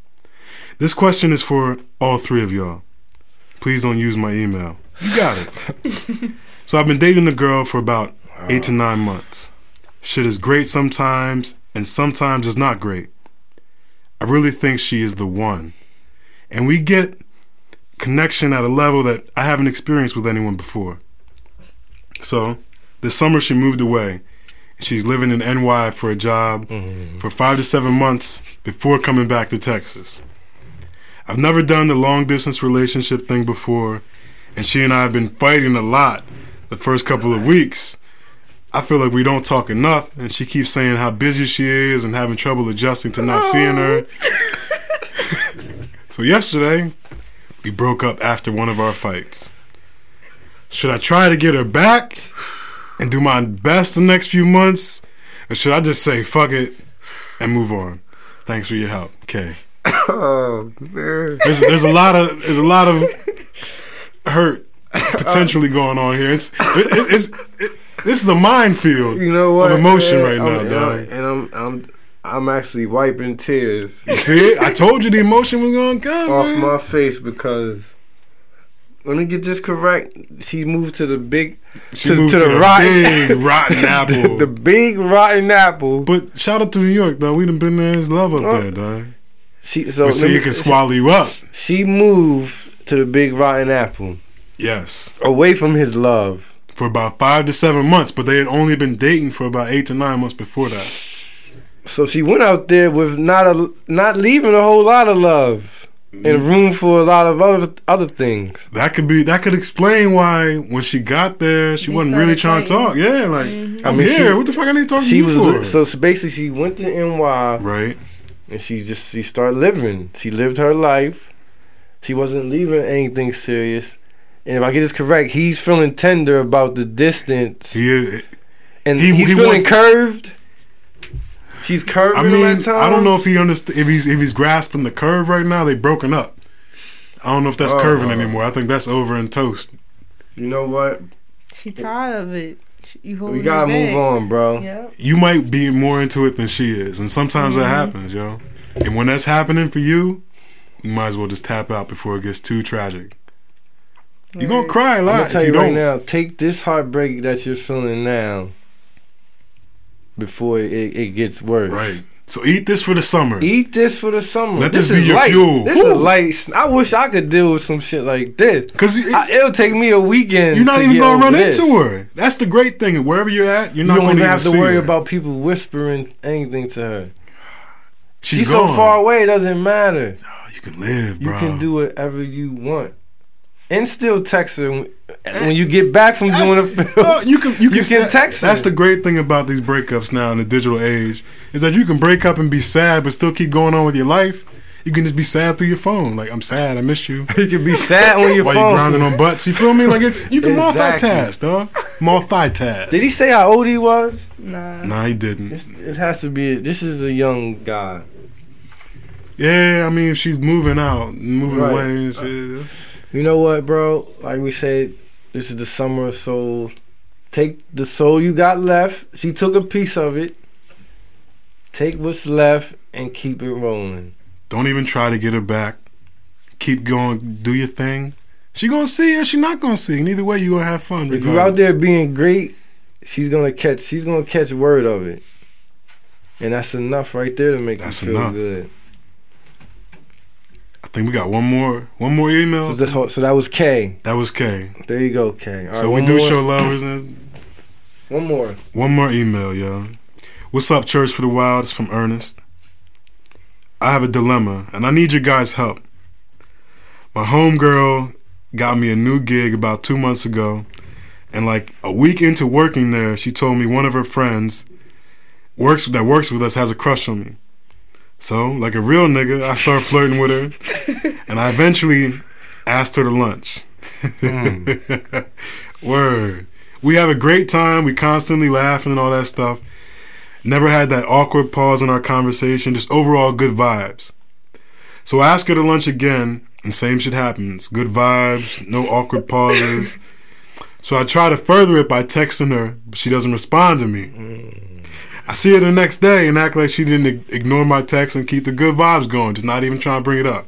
[SPEAKER 2] This question is for all three of y'all. Please don't use my email. You got it. so I've been dating a girl for about eight to nine months. Shit is great sometimes, and sometimes it's not great. I really think she is the one. And we get connection at a level that I haven't experienced with anyone before. So, this summer she moved away, She's living in NY for a job for five to seven months before coming back to Texas. I've never done the long distance relationship thing before, and she and I have been fighting a lot the first couple of weeks. I feel like we don't talk enough, and she keeps saying how busy she is and having trouble adjusting to not seeing her. so, yesterday, we broke up after one of our fights. Should I try to get her back and do my best the next few months, or should I just say fuck it and move on? Thanks for your help, Kay.
[SPEAKER 1] Oh man.
[SPEAKER 2] There's, there's a lot of there's a lot of hurt potentially going on here. It's it, it- it's it, this is a minefield.
[SPEAKER 1] You know what?
[SPEAKER 2] Of emotion right
[SPEAKER 1] man?
[SPEAKER 2] now,
[SPEAKER 1] I'm,
[SPEAKER 2] dog.
[SPEAKER 1] And I'm I'm I'm actually wiping tears
[SPEAKER 2] You see, I told you the emotion was gonna come.
[SPEAKER 1] off
[SPEAKER 2] man.
[SPEAKER 1] my face because let me get this correct. She moved to the big
[SPEAKER 2] She
[SPEAKER 1] to,
[SPEAKER 2] moved
[SPEAKER 1] to the, rotten
[SPEAKER 2] big rotten apple.
[SPEAKER 1] the big rotten apple.
[SPEAKER 2] but shout out to New York, though. We done been there. It's love up
[SPEAKER 1] Oh.
[SPEAKER 2] there, dog.
[SPEAKER 1] She so
[SPEAKER 2] But
[SPEAKER 1] let
[SPEAKER 2] see,
[SPEAKER 1] me-
[SPEAKER 2] it can swallow you up.
[SPEAKER 1] she moved to the big rotten apple
[SPEAKER 2] Yes.
[SPEAKER 1] away from his love.
[SPEAKER 2] for about five to seven months, but they had only been dating for about eight to nine months before that.
[SPEAKER 1] So she went out there with not a not leaving a whole lot of love and
[SPEAKER 2] Mm.
[SPEAKER 1] room for a lot of other other things.
[SPEAKER 2] That could be that could explain why when she got there, she
[SPEAKER 3] They
[SPEAKER 2] wasn't really trying
[SPEAKER 3] started
[SPEAKER 2] to talk. Yeah, like
[SPEAKER 1] I
[SPEAKER 2] I'm
[SPEAKER 1] mean,
[SPEAKER 2] here.
[SPEAKER 1] she-
[SPEAKER 2] what the fuck I need to talk to
[SPEAKER 1] She
[SPEAKER 2] you
[SPEAKER 1] was
[SPEAKER 2] for?
[SPEAKER 1] li- so she- basically she went to NY
[SPEAKER 2] right,
[SPEAKER 1] and she just she started living. She lived her life. She wasn't leaving anything serious. And if I get this correct, he's feeling tender about the distance,
[SPEAKER 2] he is.
[SPEAKER 1] and
[SPEAKER 2] he-
[SPEAKER 1] he's
[SPEAKER 2] he
[SPEAKER 1] feeling
[SPEAKER 2] wants-
[SPEAKER 1] curved. She's curved.
[SPEAKER 2] I mean, I don't know if he understand if he's if he's grasping the curve right now. They broken up. I don't know if that's
[SPEAKER 1] Oh.
[SPEAKER 2] curving anymore. I think that's over and toast.
[SPEAKER 1] You know what?
[SPEAKER 3] She tired of it. She, Oh, you holding
[SPEAKER 1] We
[SPEAKER 3] her
[SPEAKER 1] gotta
[SPEAKER 3] back.
[SPEAKER 1] move on, bro.
[SPEAKER 3] Yep.
[SPEAKER 2] You might be more into it than she is, and sometimes that
[SPEAKER 1] Mm-hmm.
[SPEAKER 2] happens, yo. And when that's happening for you, you might as well just tap out before it gets too tragic. You're gonna
[SPEAKER 3] Word.
[SPEAKER 2] cry a
[SPEAKER 1] I'm
[SPEAKER 2] lot
[SPEAKER 1] gonna tell
[SPEAKER 2] if
[SPEAKER 1] you
[SPEAKER 2] you
[SPEAKER 1] right
[SPEAKER 2] don't.
[SPEAKER 1] now. Take this heartbreak that you're feeling now, before it, it gets worse.
[SPEAKER 2] Right. So eat this for the summer.
[SPEAKER 1] Eat this for the summer.
[SPEAKER 2] Let
[SPEAKER 1] this,
[SPEAKER 2] this be
[SPEAKER 1] is
[SPEAKER 2] your
[SPEAKER 1] light.
[SPEAKER 2] fuel.
[SPEAKER 1] This is
[SPEAKER 2] Woo.
[SPEAKER 1] light. sn- I wish I could deal with some shit like this.
[SPEAKER 2] Cause you,
[SPEAKER 1] I, it'll take me a weekend.
[SPEAKER 2] you're not
[SPEAKER 1] to
[SPEAKER 2] even
[SPEAKER 1] get
[SPEAKER 2] gonna
[SPEAKER 1] over
[SPEAKER 2] run
[SPEAKER 1] this.
[SPEAKER 2] into her. That's the great thing. Wherever you're at, you're
[SPEAKER 1] You
[SPEAKER 2] not
[SPEAKER 1] don't
[SPEAKER 2] gonna
[SPEAKER 1] even have to
[SPEAKER 2] see
[SPEAKER 1] worry
[SPEAKER 2] her.
[SPEAKER 1] about people whispering anything to her.
[SPEAKER 2] She's,
[SPEAKER 1] She's, so
[SPEAKER 2] gone.
[SPEAKER 1] far away. It doesn't matter.
[SPEAKER 2] Oh, you can live,
[SPEAKER 1] You
[SPEAKER 2] bro.
[SPEAKER 1] can do whatever you want, and still text her when, when you get back
[SPEAKER 2] Eh.
[SPEAKER 1] from
[SPEAKER 2] That's-
[SPEAKER 1] doing a film.
[SPEAKER 2] No, you can you can,
[SPEAKER 1] can text
[SPEAKER 2] That's
[SPEAKER 1] her.
[SPEAKER 2] the great thing about these breakups now in the digital age is that you can break up and be sad, but still keep going on with your life. You can just be sad through your phone. Like I'm sad, I miss you.
[SPEAKER 1] You can be sad on your
[SPEAKER 2] While
[SPEAKER 1] phone.
[SPEAKER 2] you grinding on butts, you feel me? Like it's you can
[SPEAKER 1] Exactly.
[SPEAKER 2] multitask, dog. Multitask.
[SPEAKER 1] Did he say how old he was?
[SPEAKER 3] Nah.
[SPEAKER 2] Nah, he didn't.
[SPEAKER 1] This, this has to be. This is a young guy.
[SPEAKER 2] Yeah, I mean, if she's moving out, moving
[SPEAKER 1] Right.
[SPEAKER 2] away, and shit.
[SPEAKER 1] You know what, bro? Like we said, this is the summer of soul. Take the soul you got left. She took a piece of it. Take what's left and keep it rolling.
[SPEAKER 2] Don't even try to get her back. Keep going. Do your thing. She gonna see or she not gonna see. And either way, you gonna have fun.
[SPEAKER 1] If you're out
[SPEAKER 2] regardless.
[SPEAKER 1] there being great, she's gonna catch. She's gonna catch word of it, and that's enough right there to make
[SPEAKER 2] That's
[SPEAKER 1] you feel
[SPEAKER 2] enough.
[SPEAKER 1] good.
[SPEAKER 2] I think we got one more, one more email.
[SPEAKER 1] So, this whole, so that was K.
[SPEAKER 2] that was K.
[SPEAKER 1] There you go, K. All
[SPEAKER 2] so
[SPEAKER 1] right,
[SPEAKER 2] we
[SPEAKER 1] one
[SPEAKER 2] do
[SPEAKER 1] more,
[SPEAKER 2] show love. isn't it?
[SPEAKER 1] one more.
[SPEAKER 2] One more email, yo. What's up, Church for the Wild? It's from Ernest. I have a dilemma, and I need your guys' help. My homegirl got me a new gig about two months ago, and like a week into working there, she told me one of her friends works that works with us has a crush on me. So, like a real nigga, I start flirting with her, and I eventually asked her to lunch. Word. We have a great time. We constantly laughing and all that stuff. Never had that awkward pause in our conversation. Just overall good vibes. So I ask her to lunch again, and same shit happens. Good vibes, no awkward pauses. so I try to further it by texting her, but she doesn't respond to me. I see her the next day and act like she didn't ig- ignore my text and keep the good vibes going, just not even trying to bring it up.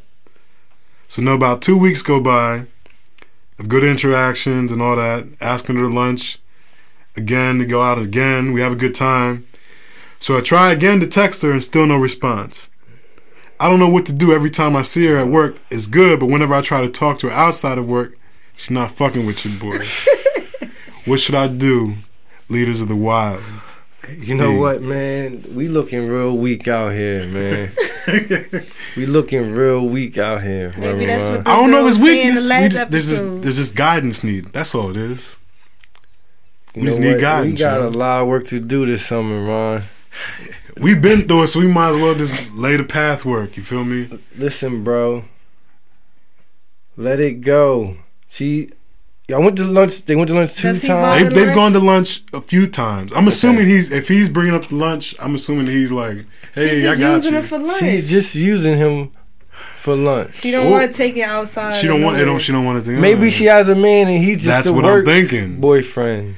[SPEAKER 2] So now about two weeks go by of good interactions and all that, asking her to lunch again, to go out again. We have a good time. So I try again to text her and still no response. I don't know what to do every time I see her at work. It's good, but whenever I try to talk to her outside of work, she's not fucking with you, boy. what should I do, leaders of the wild?
[SPEAKER 1] You know
[SPEAKER 2] Yeah.
[SPEAKER 1] what, man? We looking real weak out here, man. we looking real weak out here.
[SPEAKER 3] Maybe that's
[SPEAKER 1] Reverend.
[SPEAKER 3] what the
[SPEAKER 2] I don't know if
[SPEAKER 3] girl said
[SPEAKER 2] it's
[SPEAKER 3] in
[SPEAKER 2] weakness.
[SPEAKER 3] The
[SPEAKER 2] We
[SPEAKER 3] last
[SPEAKER 2] just, there's
[SPEAKER 3] episode.
[SPEAKER 2] just there's just guidance needed. That's all it is.
[SPEAKER 1] You
[SPEAKER 2] we just
[SPEAKER 1] know
[SPEAKER 2] need
[SPEAKER 1] what? We
[SPEAKER 2] guidance,
[SPEAKER 1] got a
[SPEAKER 2] man.
[SPEAKER 1] lot of work to do this summer, Ron.
[SPEAKER 2] We've been through it, so we might as well just lay the pathwork. You feel me?
[SPEAKER 1] Listen, bro. Let it go. She, y'all went to lunch. They went to lunch two
[SPEAKER 3] Does he
[SPEAKER 1] times.
[SPEAKER 3] Gone
[SPEAKER 2] They've,
[SPEAKER 3] to lunch?
[SPEAKER 2] they've gone to lunch a few times. I'm assuming he's if he's bringing up the lunch. I'm assuming he's like, hey, I
[SPEAKER 3] She's
[SPEAKER 2] got
[SPEAKER 3] using
[SPEAKER 2] you.
[SPEAKER 3] it for lunch.
[SPEAKER 1] She's just using him for lunch.
[SPEAKER 3] she don't
[SPEAKER 2] Oh.
[SPEAKER 3] want to take it outside.
[SPEAKER 2] she
[SPEAKER 3] or
[SPEAKER 2] don't want. It
[SPEAKER 3] nowhere.
[SPEAKER 2] don't. She don't want anything.
[SPEAKER 1] Maybe she has a man and he's just
[SPEAKER 2] That's
[SPEAKER 1] a
[SPEAKER 2] what I'm
[SPEAKER 1] work
[SPEAKER 2] thinking.
[SPEAKER 1] boyfriend.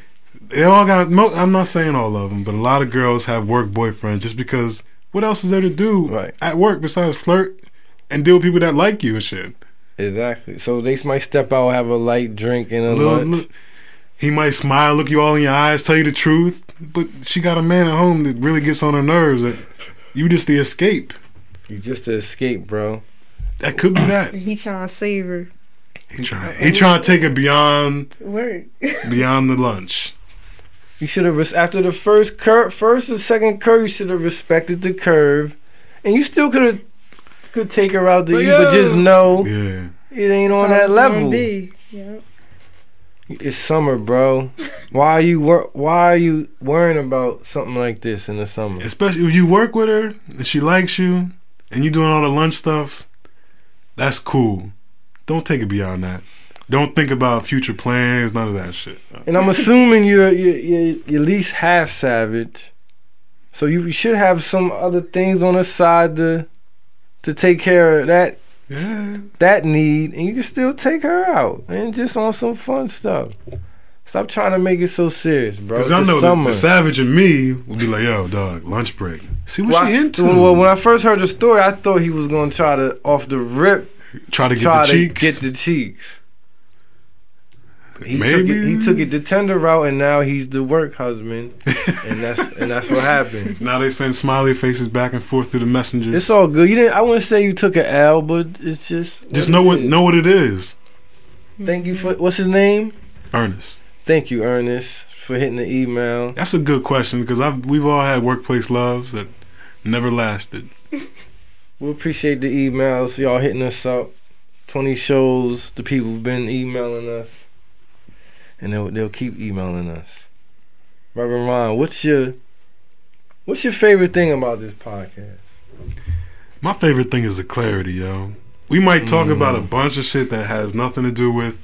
[SPEAKER 2] They all got. Mo- I'm not saying all of them, but a lot of girls have work boyfriends just because. What else is there to do
[SPEAKER 1] Right.
[SPEAKER 2] at work besides flirt and deal with people that like you and shit?
[SPEAKER 1] Exactly. So they might step out, have a light drink, and a
[SPEAKER 2] Little-
[SPEAKER 1] lunch.
[SPEAKER 2] li- he might smile, look you all in your eyes, tell you the truth, but she got a man at home that really gets on her nerves. That you just the escape.
[SPEAKER 1] You just to escape, bro.
[SPEAKER 2] That could be that.
[SPEAKER 3] He trying to save her.
[SPEAKER 2] He trying. He trying to take it beyond
[SPEAKER 3] Work.
[SPEAKER 2] beyond the lunch.
[SPEAKER 1] You should have res- after the first curve, first or second curve, you should have respected the curve, and you still could have could take her out to
[SPEAKER 2] But
[SPEAKER 1] eat, but
[SPEAKER 2] yeah.
[SPEAKER 1] just know
[SPEAKER 2] Yeah.
[SPEAKER 1] it ain't on
[SPEAKER 3] That's how
[SPEAKER 1] that
[SPEAKER 3] it's gonna
[SPEAKER 1] level.
[SPEAKER 3] be. Yep.
[SPEAKER 1] It's summer, bro. why are you wor- Why are you worrying about something like this in the summer?
[SPEAKER 2] Especially if you work with her and she likes you and you doing all the lunch stuff, that's cool. Don't take it beyond that. Don't think about future plans, none of that shit.
[SPEAKER 1] And I'm assuming you're you're, you're you're at least half savage, so you should have some other things on the side to to take care of that
[SPEAKER 2] Yeah.
[SPEAKER 1] that need, and you can still take her out and just on some fun stuff. Stop trying to make it so serious, bro. It's
[SPEAKER 2] Because I
[SPEAKER 1] the
[SPEAKER 2] know the,
[SPEAKER 1] summer.
[SPEAKER 2] the savage in me will be like, yo, dog, lunch break. See what
[SPEAKER 1] Well,
[SPEAKER 2] she
[SPEAKER 1] I-
[SPEAKER 2] into.
[SPEAKER 1] Well, when I first heard the story, I thought he was gonna try to off the rip,
[SPEAKER 2] try to get
[SPEAKER 1] try
[SPEAKER 2] the
[SPEAKER 1] to
[SPEAKER 2] cheeks.
[SPEAKER 1] get the cheeks. He took
[SPEAKER 2] Maybe.
[SPEAKER 1] it. He took it the tender route, and now he's the work husband, and that's and that's what happened.
[SPEAKER 2] now they send smiley faces back and forth through the messengers.
[SPEAKER 1] It's all good. You didn't. I wouldn't say you took an L, but it's just
[SPEAKER 2] Just
[SPEAKER 1] what
[SPEAKER 2] know
[SPEAKER 1] it
[SPEAKER 2] what
[SPEAKER 1] is.
[SPEAKER 2] know what it is,
[SPEAKER 1] Thank you for what's his name.
[SPEAKER 2] Ernest.
[SPEAKER 1] Thank you, Ernest, for hitting the email.
[SPEAKER 2] That's a good question because I've we've all had workplace loves that never lasted.
[SPEAKER 1] We appreciate the emails, y'all hitting us up. Twenty shows, the people have been emailing us, and they'll they'll keep emailing us. Reverend Ron, what's your what's your favorite thing about this podcast?
[SPEAKER 2] My favorite thing is the clarity, yo. We might talk
[SPEAKER 1] Mm.
[SPEAKER 2] about a bunch of shit that has nothing to do with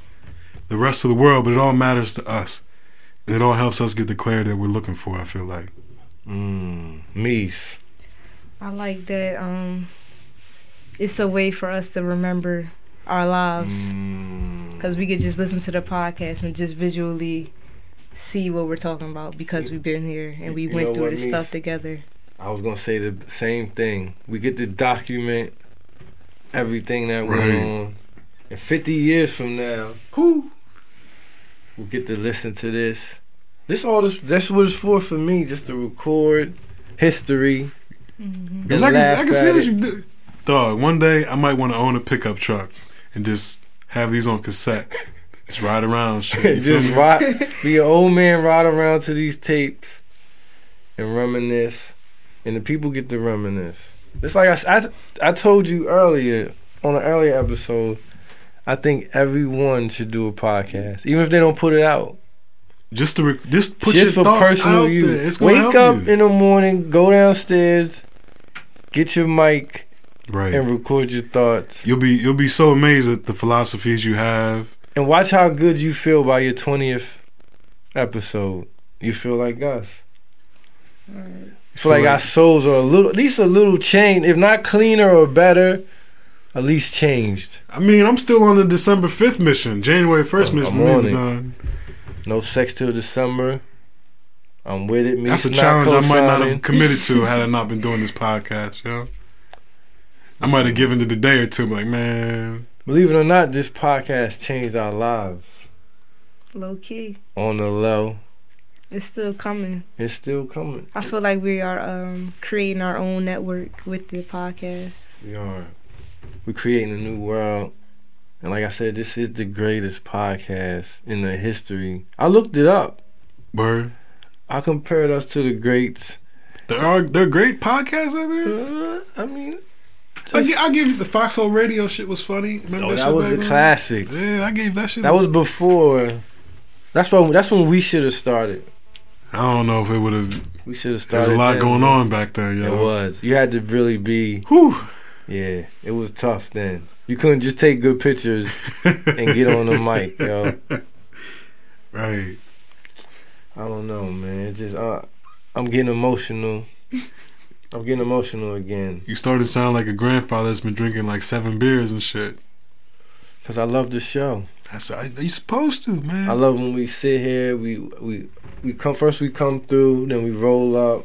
[SPEAKER 2] the rest of the world, but it all matters to us. And it all helps us get the clarity that we're looking for, I feel like.
[SPEAKER 1] Mm, Meese.
[SPEAKER 3] I like that. Um, it's a way for us to remember our lives
[SPEAKER 1] Mm.
[SPEAKER 3] because we could just listen to the podcast and just visually see what we're talking about because we've been here and we
[SPEAKER 1] You know
[SPEAKER 3] went through
[SPEAKER 1] what,
[SPEAKER 3] this
[SPEAKER 1] Mees?
[SPEAKER 3] stuff together.
[SPEAKER 1] I was gonna say the same thing. We get to document everything that went
[SPEAKER 2] Right.
[SPEAKER 1] on, and fifty years from now, who we'll get to listen to this. This all this that's what it's for for me, just to record history.
[SPEAKER 2] Because I, can- I can see what you do. Dog, one day I might want to own a pickup truck and just have these on cassette. just ride around shit. You feel
[SPEAKER 1] just
[SPEAKER 2] me?
[SPEAKER 1] ride, be an old man, ride around to these tapes and reminisce, and the people get to reminisce. It's like I, s- I, I told you earlier on an earlier episode. I think everyone should do a podcast, even if they don't put it out.
[SPEAKER 2] Just to rec- just put
[SPEAKER 1] just
[SPEAKER 2] your
[SPEAKER 1] for
[SPEAKER 2] thoughts
[SPEAKER 1] personal
[SPEAKER 2] out there.
[SPEAKER 1] use.
[SPEAKER 2] It's gonna
[SPEAKER 1] Wake
[SPEAKER 2] help
[SPEAKER 1] up
[SPEAKER 2] you.
[SPEAKER 1] in the morning, go downstairs, get your mic,
[SPEAKER 2] right.
[SPEAKER 1] and record your thoughts.
[SPEAKER 2] you'll be you'll be so amazed at the philosophies you have.
[SPEAKER 1] And watch how good you feel by your twentieth episode. You feel like us. I feel like our souls are a little, at least a little changed, if not cleaner or better, at least changed.
[SPEAKER 2] I mean, I'm still on the December 5th mission, January 1st
[SPEAKER 1] I'm-
[SPEAKER 2] mission.
[SPEAKER 1] I'm
[SPEAKER 2] we
[SPEAKER 1] on
[SPEAKER 2] ain't
[SPEAKER 1] it.
[SPEAKER 2] done.
[SPEAKER 1] No sex till December. I'm with it. Me,
[SPEAKER 2] That's a
[SPEAKER 1] not
[SPEAKER 2] challenge I might not
[SPEAKER 1] co-signing.
[SPEAKER 2] have committed to had I not been doing this podcast, yo. I might have given it a day or two, but like, man,
[SPEAKER 1] Believe it or not, this podcast changed our lives
[SPEAKER 3] Low key,
[SPEAKER 1] on the low.
[SPEAKER 3] it's still coming.
[SPEAKER 1] It's still coming.
[SPEAKER 3] I feel like we are um, creating our own network with the podcast.
[SPEAKER 1] We are. We're creating a new world. And like I said, this is the greatest podcast in the history. I looked it up.
[SPEAKER 2] bird,
[SPEAKER 1] I compared us to the greats.
[SPEAKER 2] There are there are great podcasts out there.
[SPEAKER 1] Uh, I mean,
[SPEAKER 2] I gi- Oh, I give you the Foxhole Radio shit was funny. Remember
[SPEAKER 1] oh, that
[SPEAKER 2] shit
[SPEAKER 1] was
[SPEAKER 2] back
[SPEAKER 1] a
[SPEAKER 2] then?
[SPEAKER 1] classic.
[SPEAKER 2] Yeah, I gave that shit.
[SPEAKER 1] That was before. That's when. That's when we should have started.
[SPEAKER 2] I don't know if it would have.
[SPEAKER 1] We should have started.
[SPEAKER 2] There's a lot
[SPEAKER 1] then.
[SPEAKER 2] going on back then,
[SPEAKER 1] It
[SPEAKER 2] yo.
[SPEAKER 1] was. You had to really be.
[SPEAKER 2] Whew.
[SPEAKER 1] Yeah, it was tough then. You couldn't just take good pictures and get on the mic, yo.
[SPEAKER 2] Right.
[SPEAKER 1] I don't know, man. It just uh, I'm getting emotional. I'm getting emotional again
[SPEAKER 2] You started to sound like a grandfather that's been drinking like seven beers and shit.
[SPEAKER 1] because I love the show.
[SPEAKER 2] That's I, you supposed to, man.
[SPEAKER 1] I love when we sit here. We we we come first. We come through, then we roll up.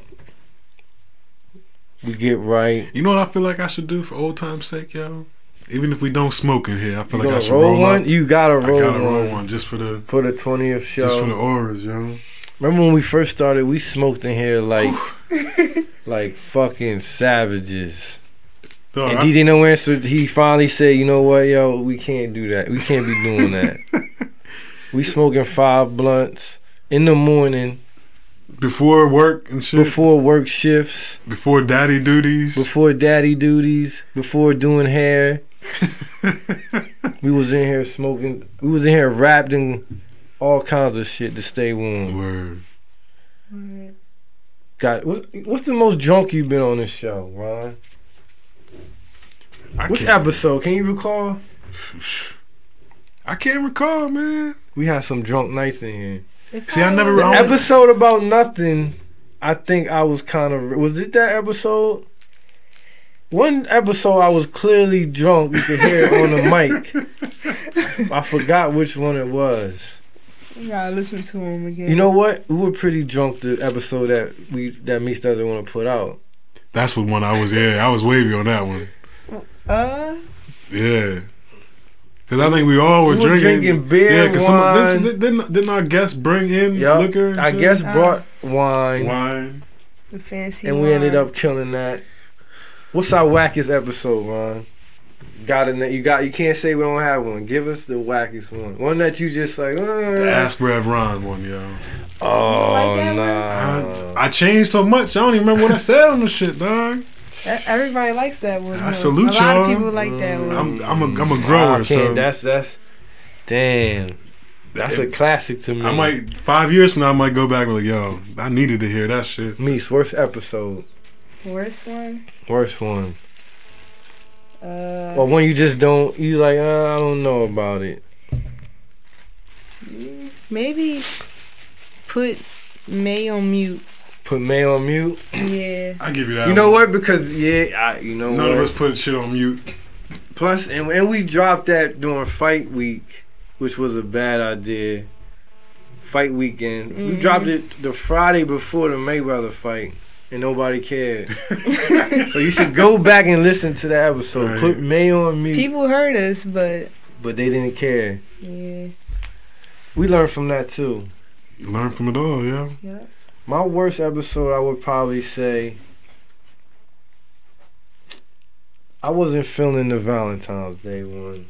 [SPEAKER 1] We get right.
[SPEAKER 2] you know what I feel like I should do for old time's sake, yo. Even if we don't smoke in here, I
[SPEAKER 1] You
[SPEAKER 2] feel like I
[SPEAKER 1] gonna
[SPEAKER 2] should
[SPEAKER 1] roll,
[SPEAKER 2] roll,
[SPEAKER 1] one?
[SPEAKER 2] Up.
[SPEAKER 1] You gotta
[SPEAKER 2] I
[SPEAKER 1] roll
[SPEAKER 2] gotta
[SPEAKER 1] one
[SPEAKER 2] roll one just for the
[SPEAKER 1] for the twentieth show.
[SPEAKER 2] just for the auras, yo.
[SPEAKER 1] Remember when we first started? We smoked in here like like fucking savages.
[SPEAKER 2] Dog,
[SPEAKER 1] And
[SPEAKER 2] I-
[SPEAKER 1] DJ No Answer, he finally said, "You know what, yo, we can't do that. We can't be doing that. we smoking five blunts in the morning
[SPEAKER 2] before work and shit, before,
[SPEAKER 1] before work shifts,
[SPEAKER 2] daddy duties.
[SPEAKER 1] before daddy duties, before doing hair. we was in here smoking. We was in here wrapped in all kinds of shit to stay warm.
[SPEAKER 2] Word.
[SPEAKER 1] God, what, what's the most drunk you've been on this show, Ron?
[SPEAKER 2] I
[SPEAKER 1] Which
[SPEAKER 2] can't,
[SPEAKER 1] episode? Can you recall?
[SPEAKER 2] I can't recall, man.
[SPEAKER 1] We had some drunk nights in here.
[SPEAKER 2] See, I never
[SPEAKER 1] The
[SPEAKER 3] Oh,
[SPEAKER 2] I don't-
[SPEAKER 1] episode about nothing, I think I was kind of. Was it that episode? One episode I was clearly drunk. You could hear it on the mic. I forgot which one it was.
[SPEAKER 3] You gotta listen to him again.
[SPEAKER 1] You know what? We were pretty drunk the episode that we that Meeks doesn't want to put out.
[SPEAKER 2] That's what one I was. Yeah, I was wavy on that one.
[SPEAKER 3] Uh,
[SPEAKER 2] Yeah. Cause I think we all were,
[SPEAKER 1] We were
[SPEAKER 2] drinking,
[SPEAKER 1] drinking beer,
[SPEAKER 2] someone-
[SPEAKER 1] wine.
[SPEAKER 2] didn't, didn't, didn't our guests bring in
[SPEAKER 1] Yup.
[SPEAKER 2] liquor? and
[SPEAKER 1] I
[SPEAKER 2] shit?
[SPEAKER 1] guess brought wine,
[SPEAKER 2] wine.
[SPEAKER 3] the fancy.
[SPEAKER 1] and we
[SPEAKER 3] wine.
[SPEAKER 1] ended up killing that. What's our wackest episode, Ron? Got it? You got? You can't say we don't have one. Give us the wackest one. One that you just like.
[SPEAKER 2] The
[SPEAKER 1] Uh,
[SPEAKER 2] Ask Rev Ron one, yo.
[SPEAKER 1] Oh,
[SPEAKER 3] like that one?
[SPEAKER 1] nah.
[SPEAKER 2] I, I changed so much. I don't even remember what I said on the shit, dog.
[SPEAKER 3] E- Everybody likes that one.
[SPEAKER 2] I
[SPEAKER 3] huh?
[SPEAKER 2] salute
[SPEAKER 3] A lot
[SPEAKER 2] y'all.
[SPEAKER 3] of people like that
[SPEAKER 1] Mm.
[SPEAKER 3] one.
[SPEAKER 2] I'm I'm a I'm a
[SPEAKER 1] Wow,
[SPEAKER 2] grower,
[SPEAKER 1] Ken,
[SPEAKER 2] so
[SPEAKER 1] that's that's damn. That's a classic to me.
[SPEAKER 2] I might five years from now I might go back and be like, yo, I needed to hear that shit.
[SPEAKER 1] Meese, worst episode,
[SPEAKER 3] Worst one.
[SPEAKER 1] worst one,
[SPEAKER 3] Uh,
[SPEAKER 1] or one you just don't. You like uh, I don't know about it.
[SPEAKER 3] maybe put May on mute.
[SPEAKER 1] Put May on mute.
[SPEAKER 3] Yeah.
[SPEAKER 2] I give you that.
[SPEAKER 1] You know
[SPEAKER 2] one.
[SPEAKER 1] what? Because yeah, I, you know
[SPEAKER 2] Um, None
[SPEAKER 1] what.
[SPEAKER 2] of us put shit on mute.
[SPEAKER 1] Plus, and, and we dropped that during fight week, which was a bad idea. Fight weekend, we dropped it the Friday before the Mayweather fight, and nobody cared. so you should go back and listen to that episode.
[SPEAKER 2] Right.
[SPEAKER 1] Put May on me,
[SPEAKER 3] People heard us, but
[SPEAKER 1] but they didn't care.
[SPEAKER 3] yeah.
[SPEAKER 1] We learned from that too.
[SPEAKER 2] You learn from it all, yo.
[SPEAKER 3] Yep.
[SPEAKER 1] My worst episode, I would probably say, I wasn't feeling the Valentine's Day one.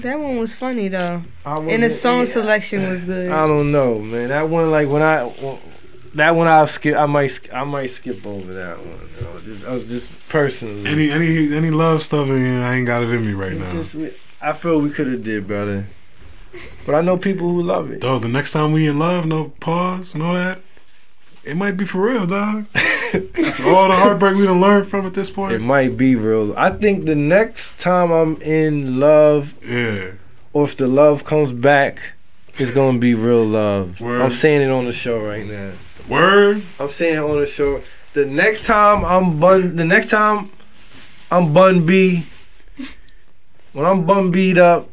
[SPEAKER 3] That one was funny though,
[SPEAKER 1] I
[SPEAKER 3] and the
[SPEAKER 1] wasn't-
[SPEAKER 3] song
[SPEAKER 1] yeah.
[SPEAKER 3] selection was good.
[SPEAKER 1] I don't know, man. That one, like when I, well, that one I'll skip. I might, sk- I might skip over that one. Though. Just, I was just personally.
[SPEAKER 2] Any any any love stuff in here, I ain't got it in me right
[SPEAKER 1] It's
[SPEAKER 2] now.
[SPEAKER 1] just we- I feel we could have did better, but I know people who love it.
[SPEAKER 2] Dog, the next time we in love, no pause, no that. It might be for real, dog. After all the heartbreak we done learned from at this
[SPEAKER 1] It
[SPEAKER 2] point.
[SPEAKER 1] might be real. I think the next time I'm in love,
[SPEAKER 2] Yeah.
[SPEAKER 1] or if the love comes back, it's gonna be real love.
[SPEAKER 2] Word.
[SPEAKER 1] I'm saying it on the show right now.
[SPEAKER 2] Word.
[SPEAKER 1] I'm saying it on the show. The next time I'm bun, the next time I'm bun B, when I'm bun beat up,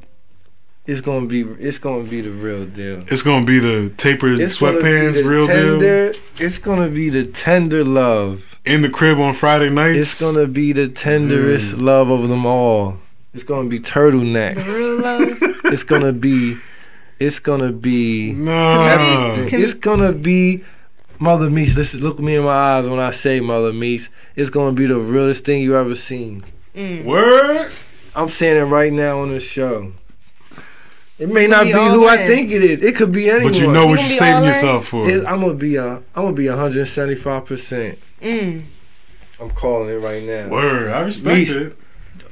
[SPEAKER 1] it's gonna be it's gonna be the real deal.
[SPEAKER 2] It's gonna be the tapered
[SPEAKER 1] It's gonna be
[SPEAKER 2] sweatpants,
[SPEAKER 1] the
[SPEAKER 2] real deal.
[SPEAKER 1] tender, It's gonna be the tender love.
[SPEAKER 2] In the crib on Friday nights.
[SPEAKER 1] It's gonna be the
[SPEAKER 2] Mm.
[SPEAKER 1] tenderest love of them all. It's gonna be turtleneck.
[SPEAKER 3] Real love.
[SPEAKER 1] it's gonna be. It's gonna be.
[SPEAKER 2] No.
[SPEAKER 3] Can-
[SPEAKER 1] it's gonna be Mother Meese. Listen, look me in my eyes when I say Mother Meese. It's gonna be the realest thing you ever seen.
[SPEAKER 2] Word.
[SPEAKER 1] I'm saying it right now on this show. It may not be
[SPEAKER 3] be
[SPEAKER 1] who
[SPEAKER 3] all
[SPEAKER 1] I
[SPEAKER 3] in.
[SPEAKER 1] think it is. It could be anyone.
[SPEAKER 2] But you know what
[SPEAKER 3] gonna
[SPEAKER 2] you're
[SPEAKER 3] be
[SPEAKER 2] saving
[SPEAKER 3] all in?
[SPEAKER 2] yourself for.
[SPEAKER 1] Is- I'm gonna be a. I'm gonna be 175. percent
[SPEAKER 3] Mm.
[SPEAKER 1] I'm calling it right now.
[SPEAKER 2] Word, I respect
[SPEAKER 1] Me-
[SPEAKER 2] it.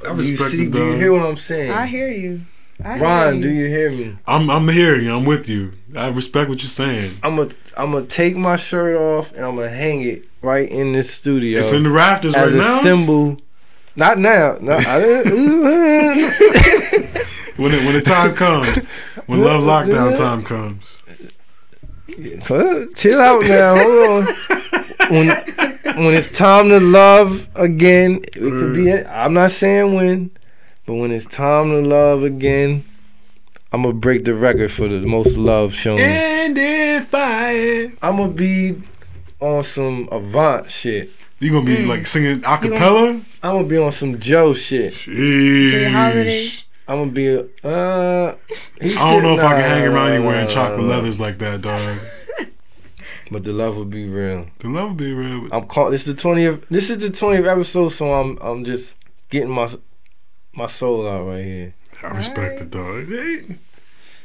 [SPEAKER 2] I
[SPEAKER 1] You
[SPEAKER 2] respect
[SPEAKER 1] see,
[SPEAKER 2] it,
[SPEAKER 1] do you
[SPEAKER 2] dog.
[SPEAKER 1] hear what I'm saying?
[SPEAKER 3] I hear you. I
[SPEAKER 1] Ron,
[SPEAKER 3] hear
[SPEAKER 1] do
[SPEAKER 3] you.
[SPEAKER 1] you hear me?
[SPEAKER 2] I'm I'm hearing you. I'm with you. I respect what you're saying.
[SPEAKER 1] I'm gonna I'm gonna take my shirt off and I'm gonna hang it right in this studio
[SPEAKER 2] It's in the rafters
[SPEAKER 1] as
[SPEAKER 2] right
[SPEAKER 1] a
[SPEAKER 2] now.
[SPEAKER 1] symbol. Not now. No, I didn't-
[SPEAKER 2] when it, when the time comes, when love lockdown time comes,
[SPEAKER 1] Huh? Chill out now. Hold on. When when it's time to love again, it could be. I'm not saying when, but when it's time to love again, I'm gonna break the record for the most love shown.
[SPEAKER 2] and if I
[SPEAKER 1] I'm gonna be on some Avant shit.
[SPEAKER 2] you gonna be like singing a cappella,
[SPEAKER 1] I'm gonna be on some Joe shit.
[SPEAKER 3] Jay Holiday.
[SPEAKER 2] Sheesh.
[SPEAKER 1] I'm gonna be.
[SPEAKER 2] I
[SPEAKER 1] Uh,
[SPEAKER 2] don't know if I can hang around you wearing chocolate leathers like that, dog.
[SPEAKER 1] But the love will be real.
[SPEAKER 2] The love will be real.
[SPEAKER 1] I'm caught. This is the twentieth. This is the twentieth episode, so I'm I'm just getting my my soul out right here.
[SPEAKER 2] I respect it, dog. Hey,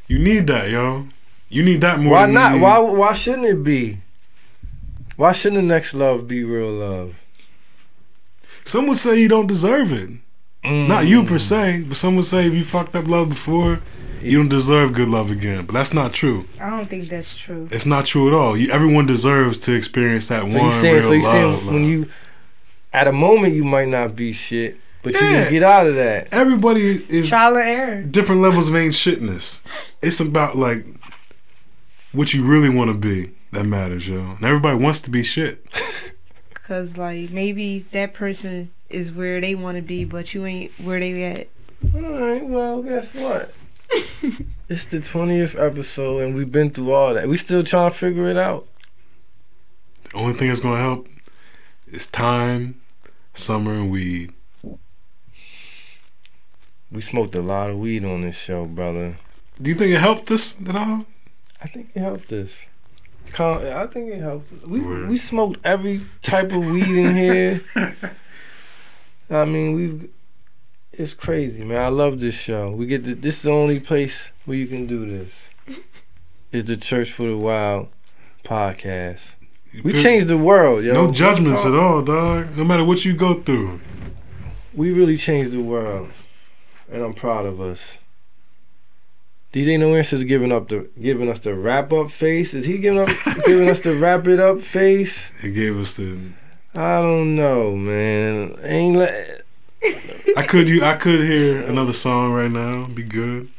[SPEAKER 2] You need that, yo. You need that more.
[SPEAKER 1] Why
[SPEAKER 2] than you
[SPEAKER 1] not?
[SPEAKER 2] need-
[SPEAKER 1] Why why shouldn't it be? Why shouldn't the next love be real love?
[SPEAKER 2] Some would say you don't deserve it.
[SPEAKER 1] Mm.
[SPEAKER 2] Not you per se, but some would say if you fucked up love before, you don't deserve good love again. But that's not true.
[SPEAKER 3] I don't think that's true.
[SPEAKER 2] It's not true at all. You, everyone deserves to experience that
[SPEAKER 1] So
[SPEAKER 2] one
[SPEAKER 1] you saying?
[SPEAKER 2] real
[SPEAKER 1] So you
[SPEAKER 2] love.
[SPEAKER 1] saying
[SPEAKER 2] love.
[SPEAKER 1] when you at a moment you might not be shit, but you
[SPEAKER 2] Yeah.
[SPEAKER 1] can get out of that.
[SPEAKER 2] everybody is
[SPEAKER 3] Trial and error.
[SPEAKER 2] different levels of ain't shitness. It's about like what you really want to be that matters, yo. And everybody wants to be shit.
[SPEAKER 3] Because, like, maybe that person is where they want to be, but you ain't where they at.
[SPEAKER 1] All right. Well, guess what? it's the twentieth episode, and we've been through all that. We still trying to figure it out.
[SPEAKER 2] The only thing that's gonna help is time, summer, and weed.
[SPEAKER 1] We smoked a lot of weed on this show, brother.
[SPEAKER 2] Do you think it helped us at all?
[SPEAKER 1] I think it helped us. Con- I think it helped. us. We
[SPEAKER 2] Word.
[SPEAKER 1] we smoked every type of weed in here. I mean, we. It's crazy, man. I love this show. We get to, this is the only place where you can do this. Is the Church for the Wild podcast.
[SPEAKER 2] You
[SPEAKER 1] We
[SPEAKER 2] feel-
[SPEAKER 1] changed the world, yo.
[SPEAKER 2] No judgments at all, dog. No matter what you go through,
[SPEAKER 1] We really changed the world, and I'm proud of us. DJ No Answer's giving up the giving us the wrap up face. Is he giving up giving us the wrap it up face?
[SPEAKER 2] it gave us the.
[SPEAKER 1] I don't know, man. Ain't let
[SPEAKER 2] I could you. I could hear another song right now. Be good,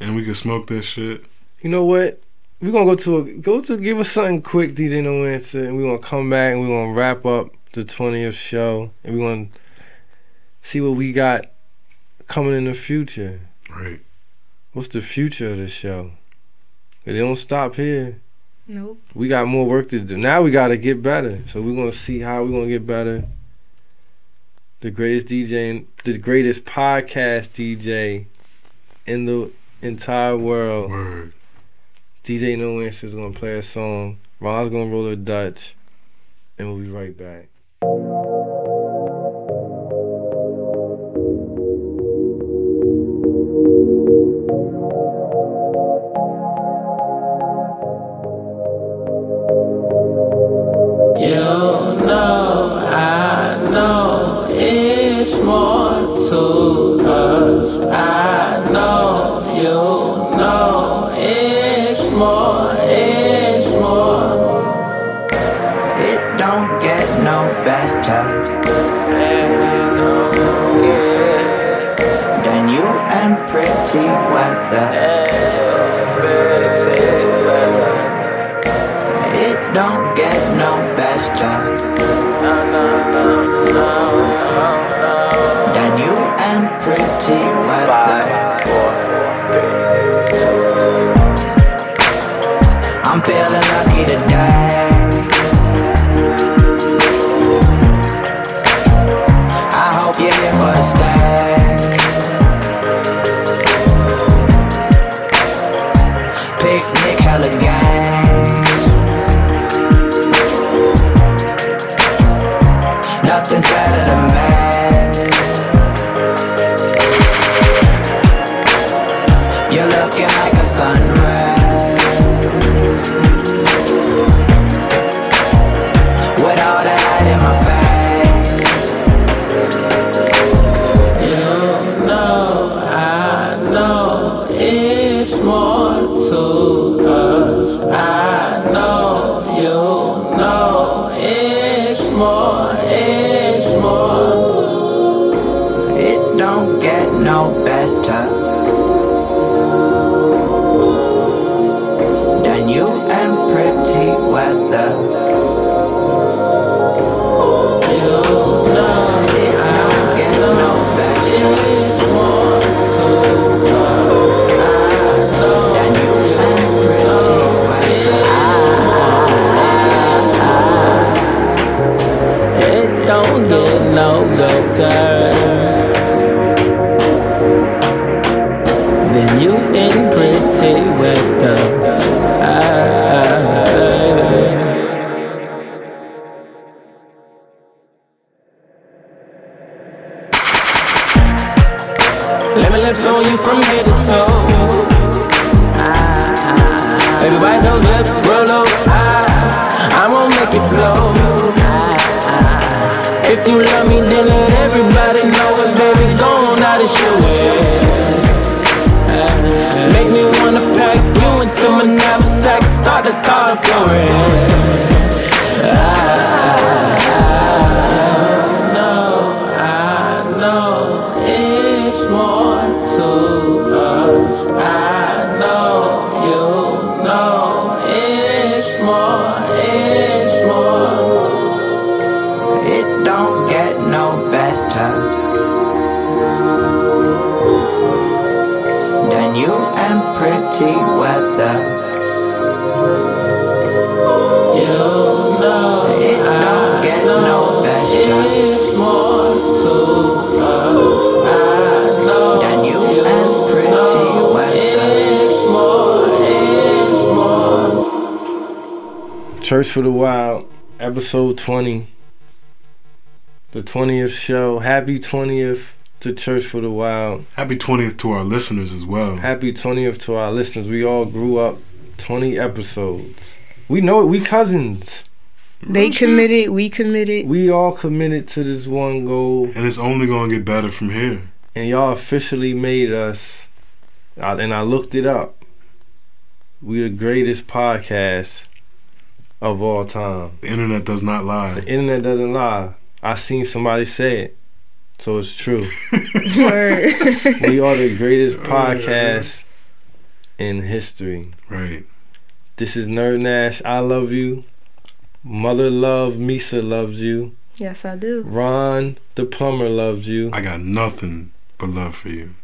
[SPEAKER 2] and we could smoke that shit.
[SPEAKER 1] you know what? We're gonna go to a go to give us something quick, DJ No Answer, and we're gonna come back and we're gonna wrap up the twentieth show and we're gonna see what we got coming in the future.
[SPEAKER 2] Right.
[SPEAKER 1] What's the future of the show? It don't stop here.
[SPEAKER 3] Nope.
[SPEAKER 1] We got more work to do. Now we gotta get better. So we're gonna see how we're gonna get better. The greatest DJ, in- the greatest podcast DJ in the entire world.
[SPEAKER 2] Word.
[SPEAKER 1] DJ No Answer's gonna play a song. Ron's gonna roll a Dutch, and we'll be right back.
[SPEAKER 10] You know, I know it's more to us. I know, you know it's more, it's more. It don't get no better. Than you and pretty weather. It don't get no better. Than you and pretty weather. I'm feeling lucky today. I hope you're here for the stay. Picnic, hella gang. Nothing's better than me. You look at
[SPEAKER 11] from head to toe. Ah, baby, bite those lips, roll those eyes. I won't make it blow. Ah, if you love me, then let everybody know it, baby. Go on out and show it. Ah, Make me wanna pack you into my knapsack, start the car flooring. I know it's more to us. I know you know it's more, it's more.
[SPEAKER 10] It don't get no better than you and pretty weather.
[SPEAKER 11] You know
[SPEAKER 10] It don't get no better
[SPEAKER 11] it's more to us. I know
[SPEAKER 10] than you and pretty weather.
[SPEAKER 11] it's more, it's more.
[SPEAKER 1] Church for the Wild, episode 20. The 20th show. Happy 20th to Church for the Wild.
[SPEAKER 2] Happy 20th to our listeners as well.
[SPEAKER 1] Happy 20th to our listeners. We all grew up 20 episodes. We know it. We cousins.
[SPEAKER 3] They committed, we committed.
[SPEAKER 1] We all committed to this one goal,
[SPEAKER 2] And it's only going to get better from here.
[SPEAKER 1] and y'all officially made us. I- And I looked it up. We the greatest podcast of all time.
[SPEAKER 2] The internet does not lie.
[SPEAKER 1] The internet doesn't lie. I seen somebody say it, so it's true.
[SPEAKER 3] Word.
[SPEAKER 1] we are the greatest podcast in history.
[SPEAKER 2] Right.
[SPEAKER 1] This is Nerd Nash. I love you. Mother love. Misa loves you.
[SPEAKER 3] yes, I do.
[SPEAKER 1] Ron the plumber loves you.
[SPEAKER 2] I got nothing but love for you.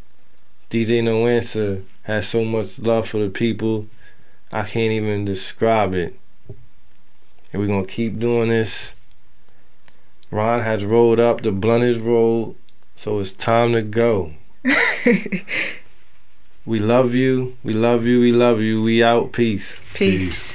[SPEAKER 1] DJ No Answer has so much love for the people. I can't even describe it. And we're gonna keep doing this. Ron has rolled up the blunt is rolled, so it's time to go. we love you. We love you. We love you. We out. Peace.
[SPEAKER 3] Peace.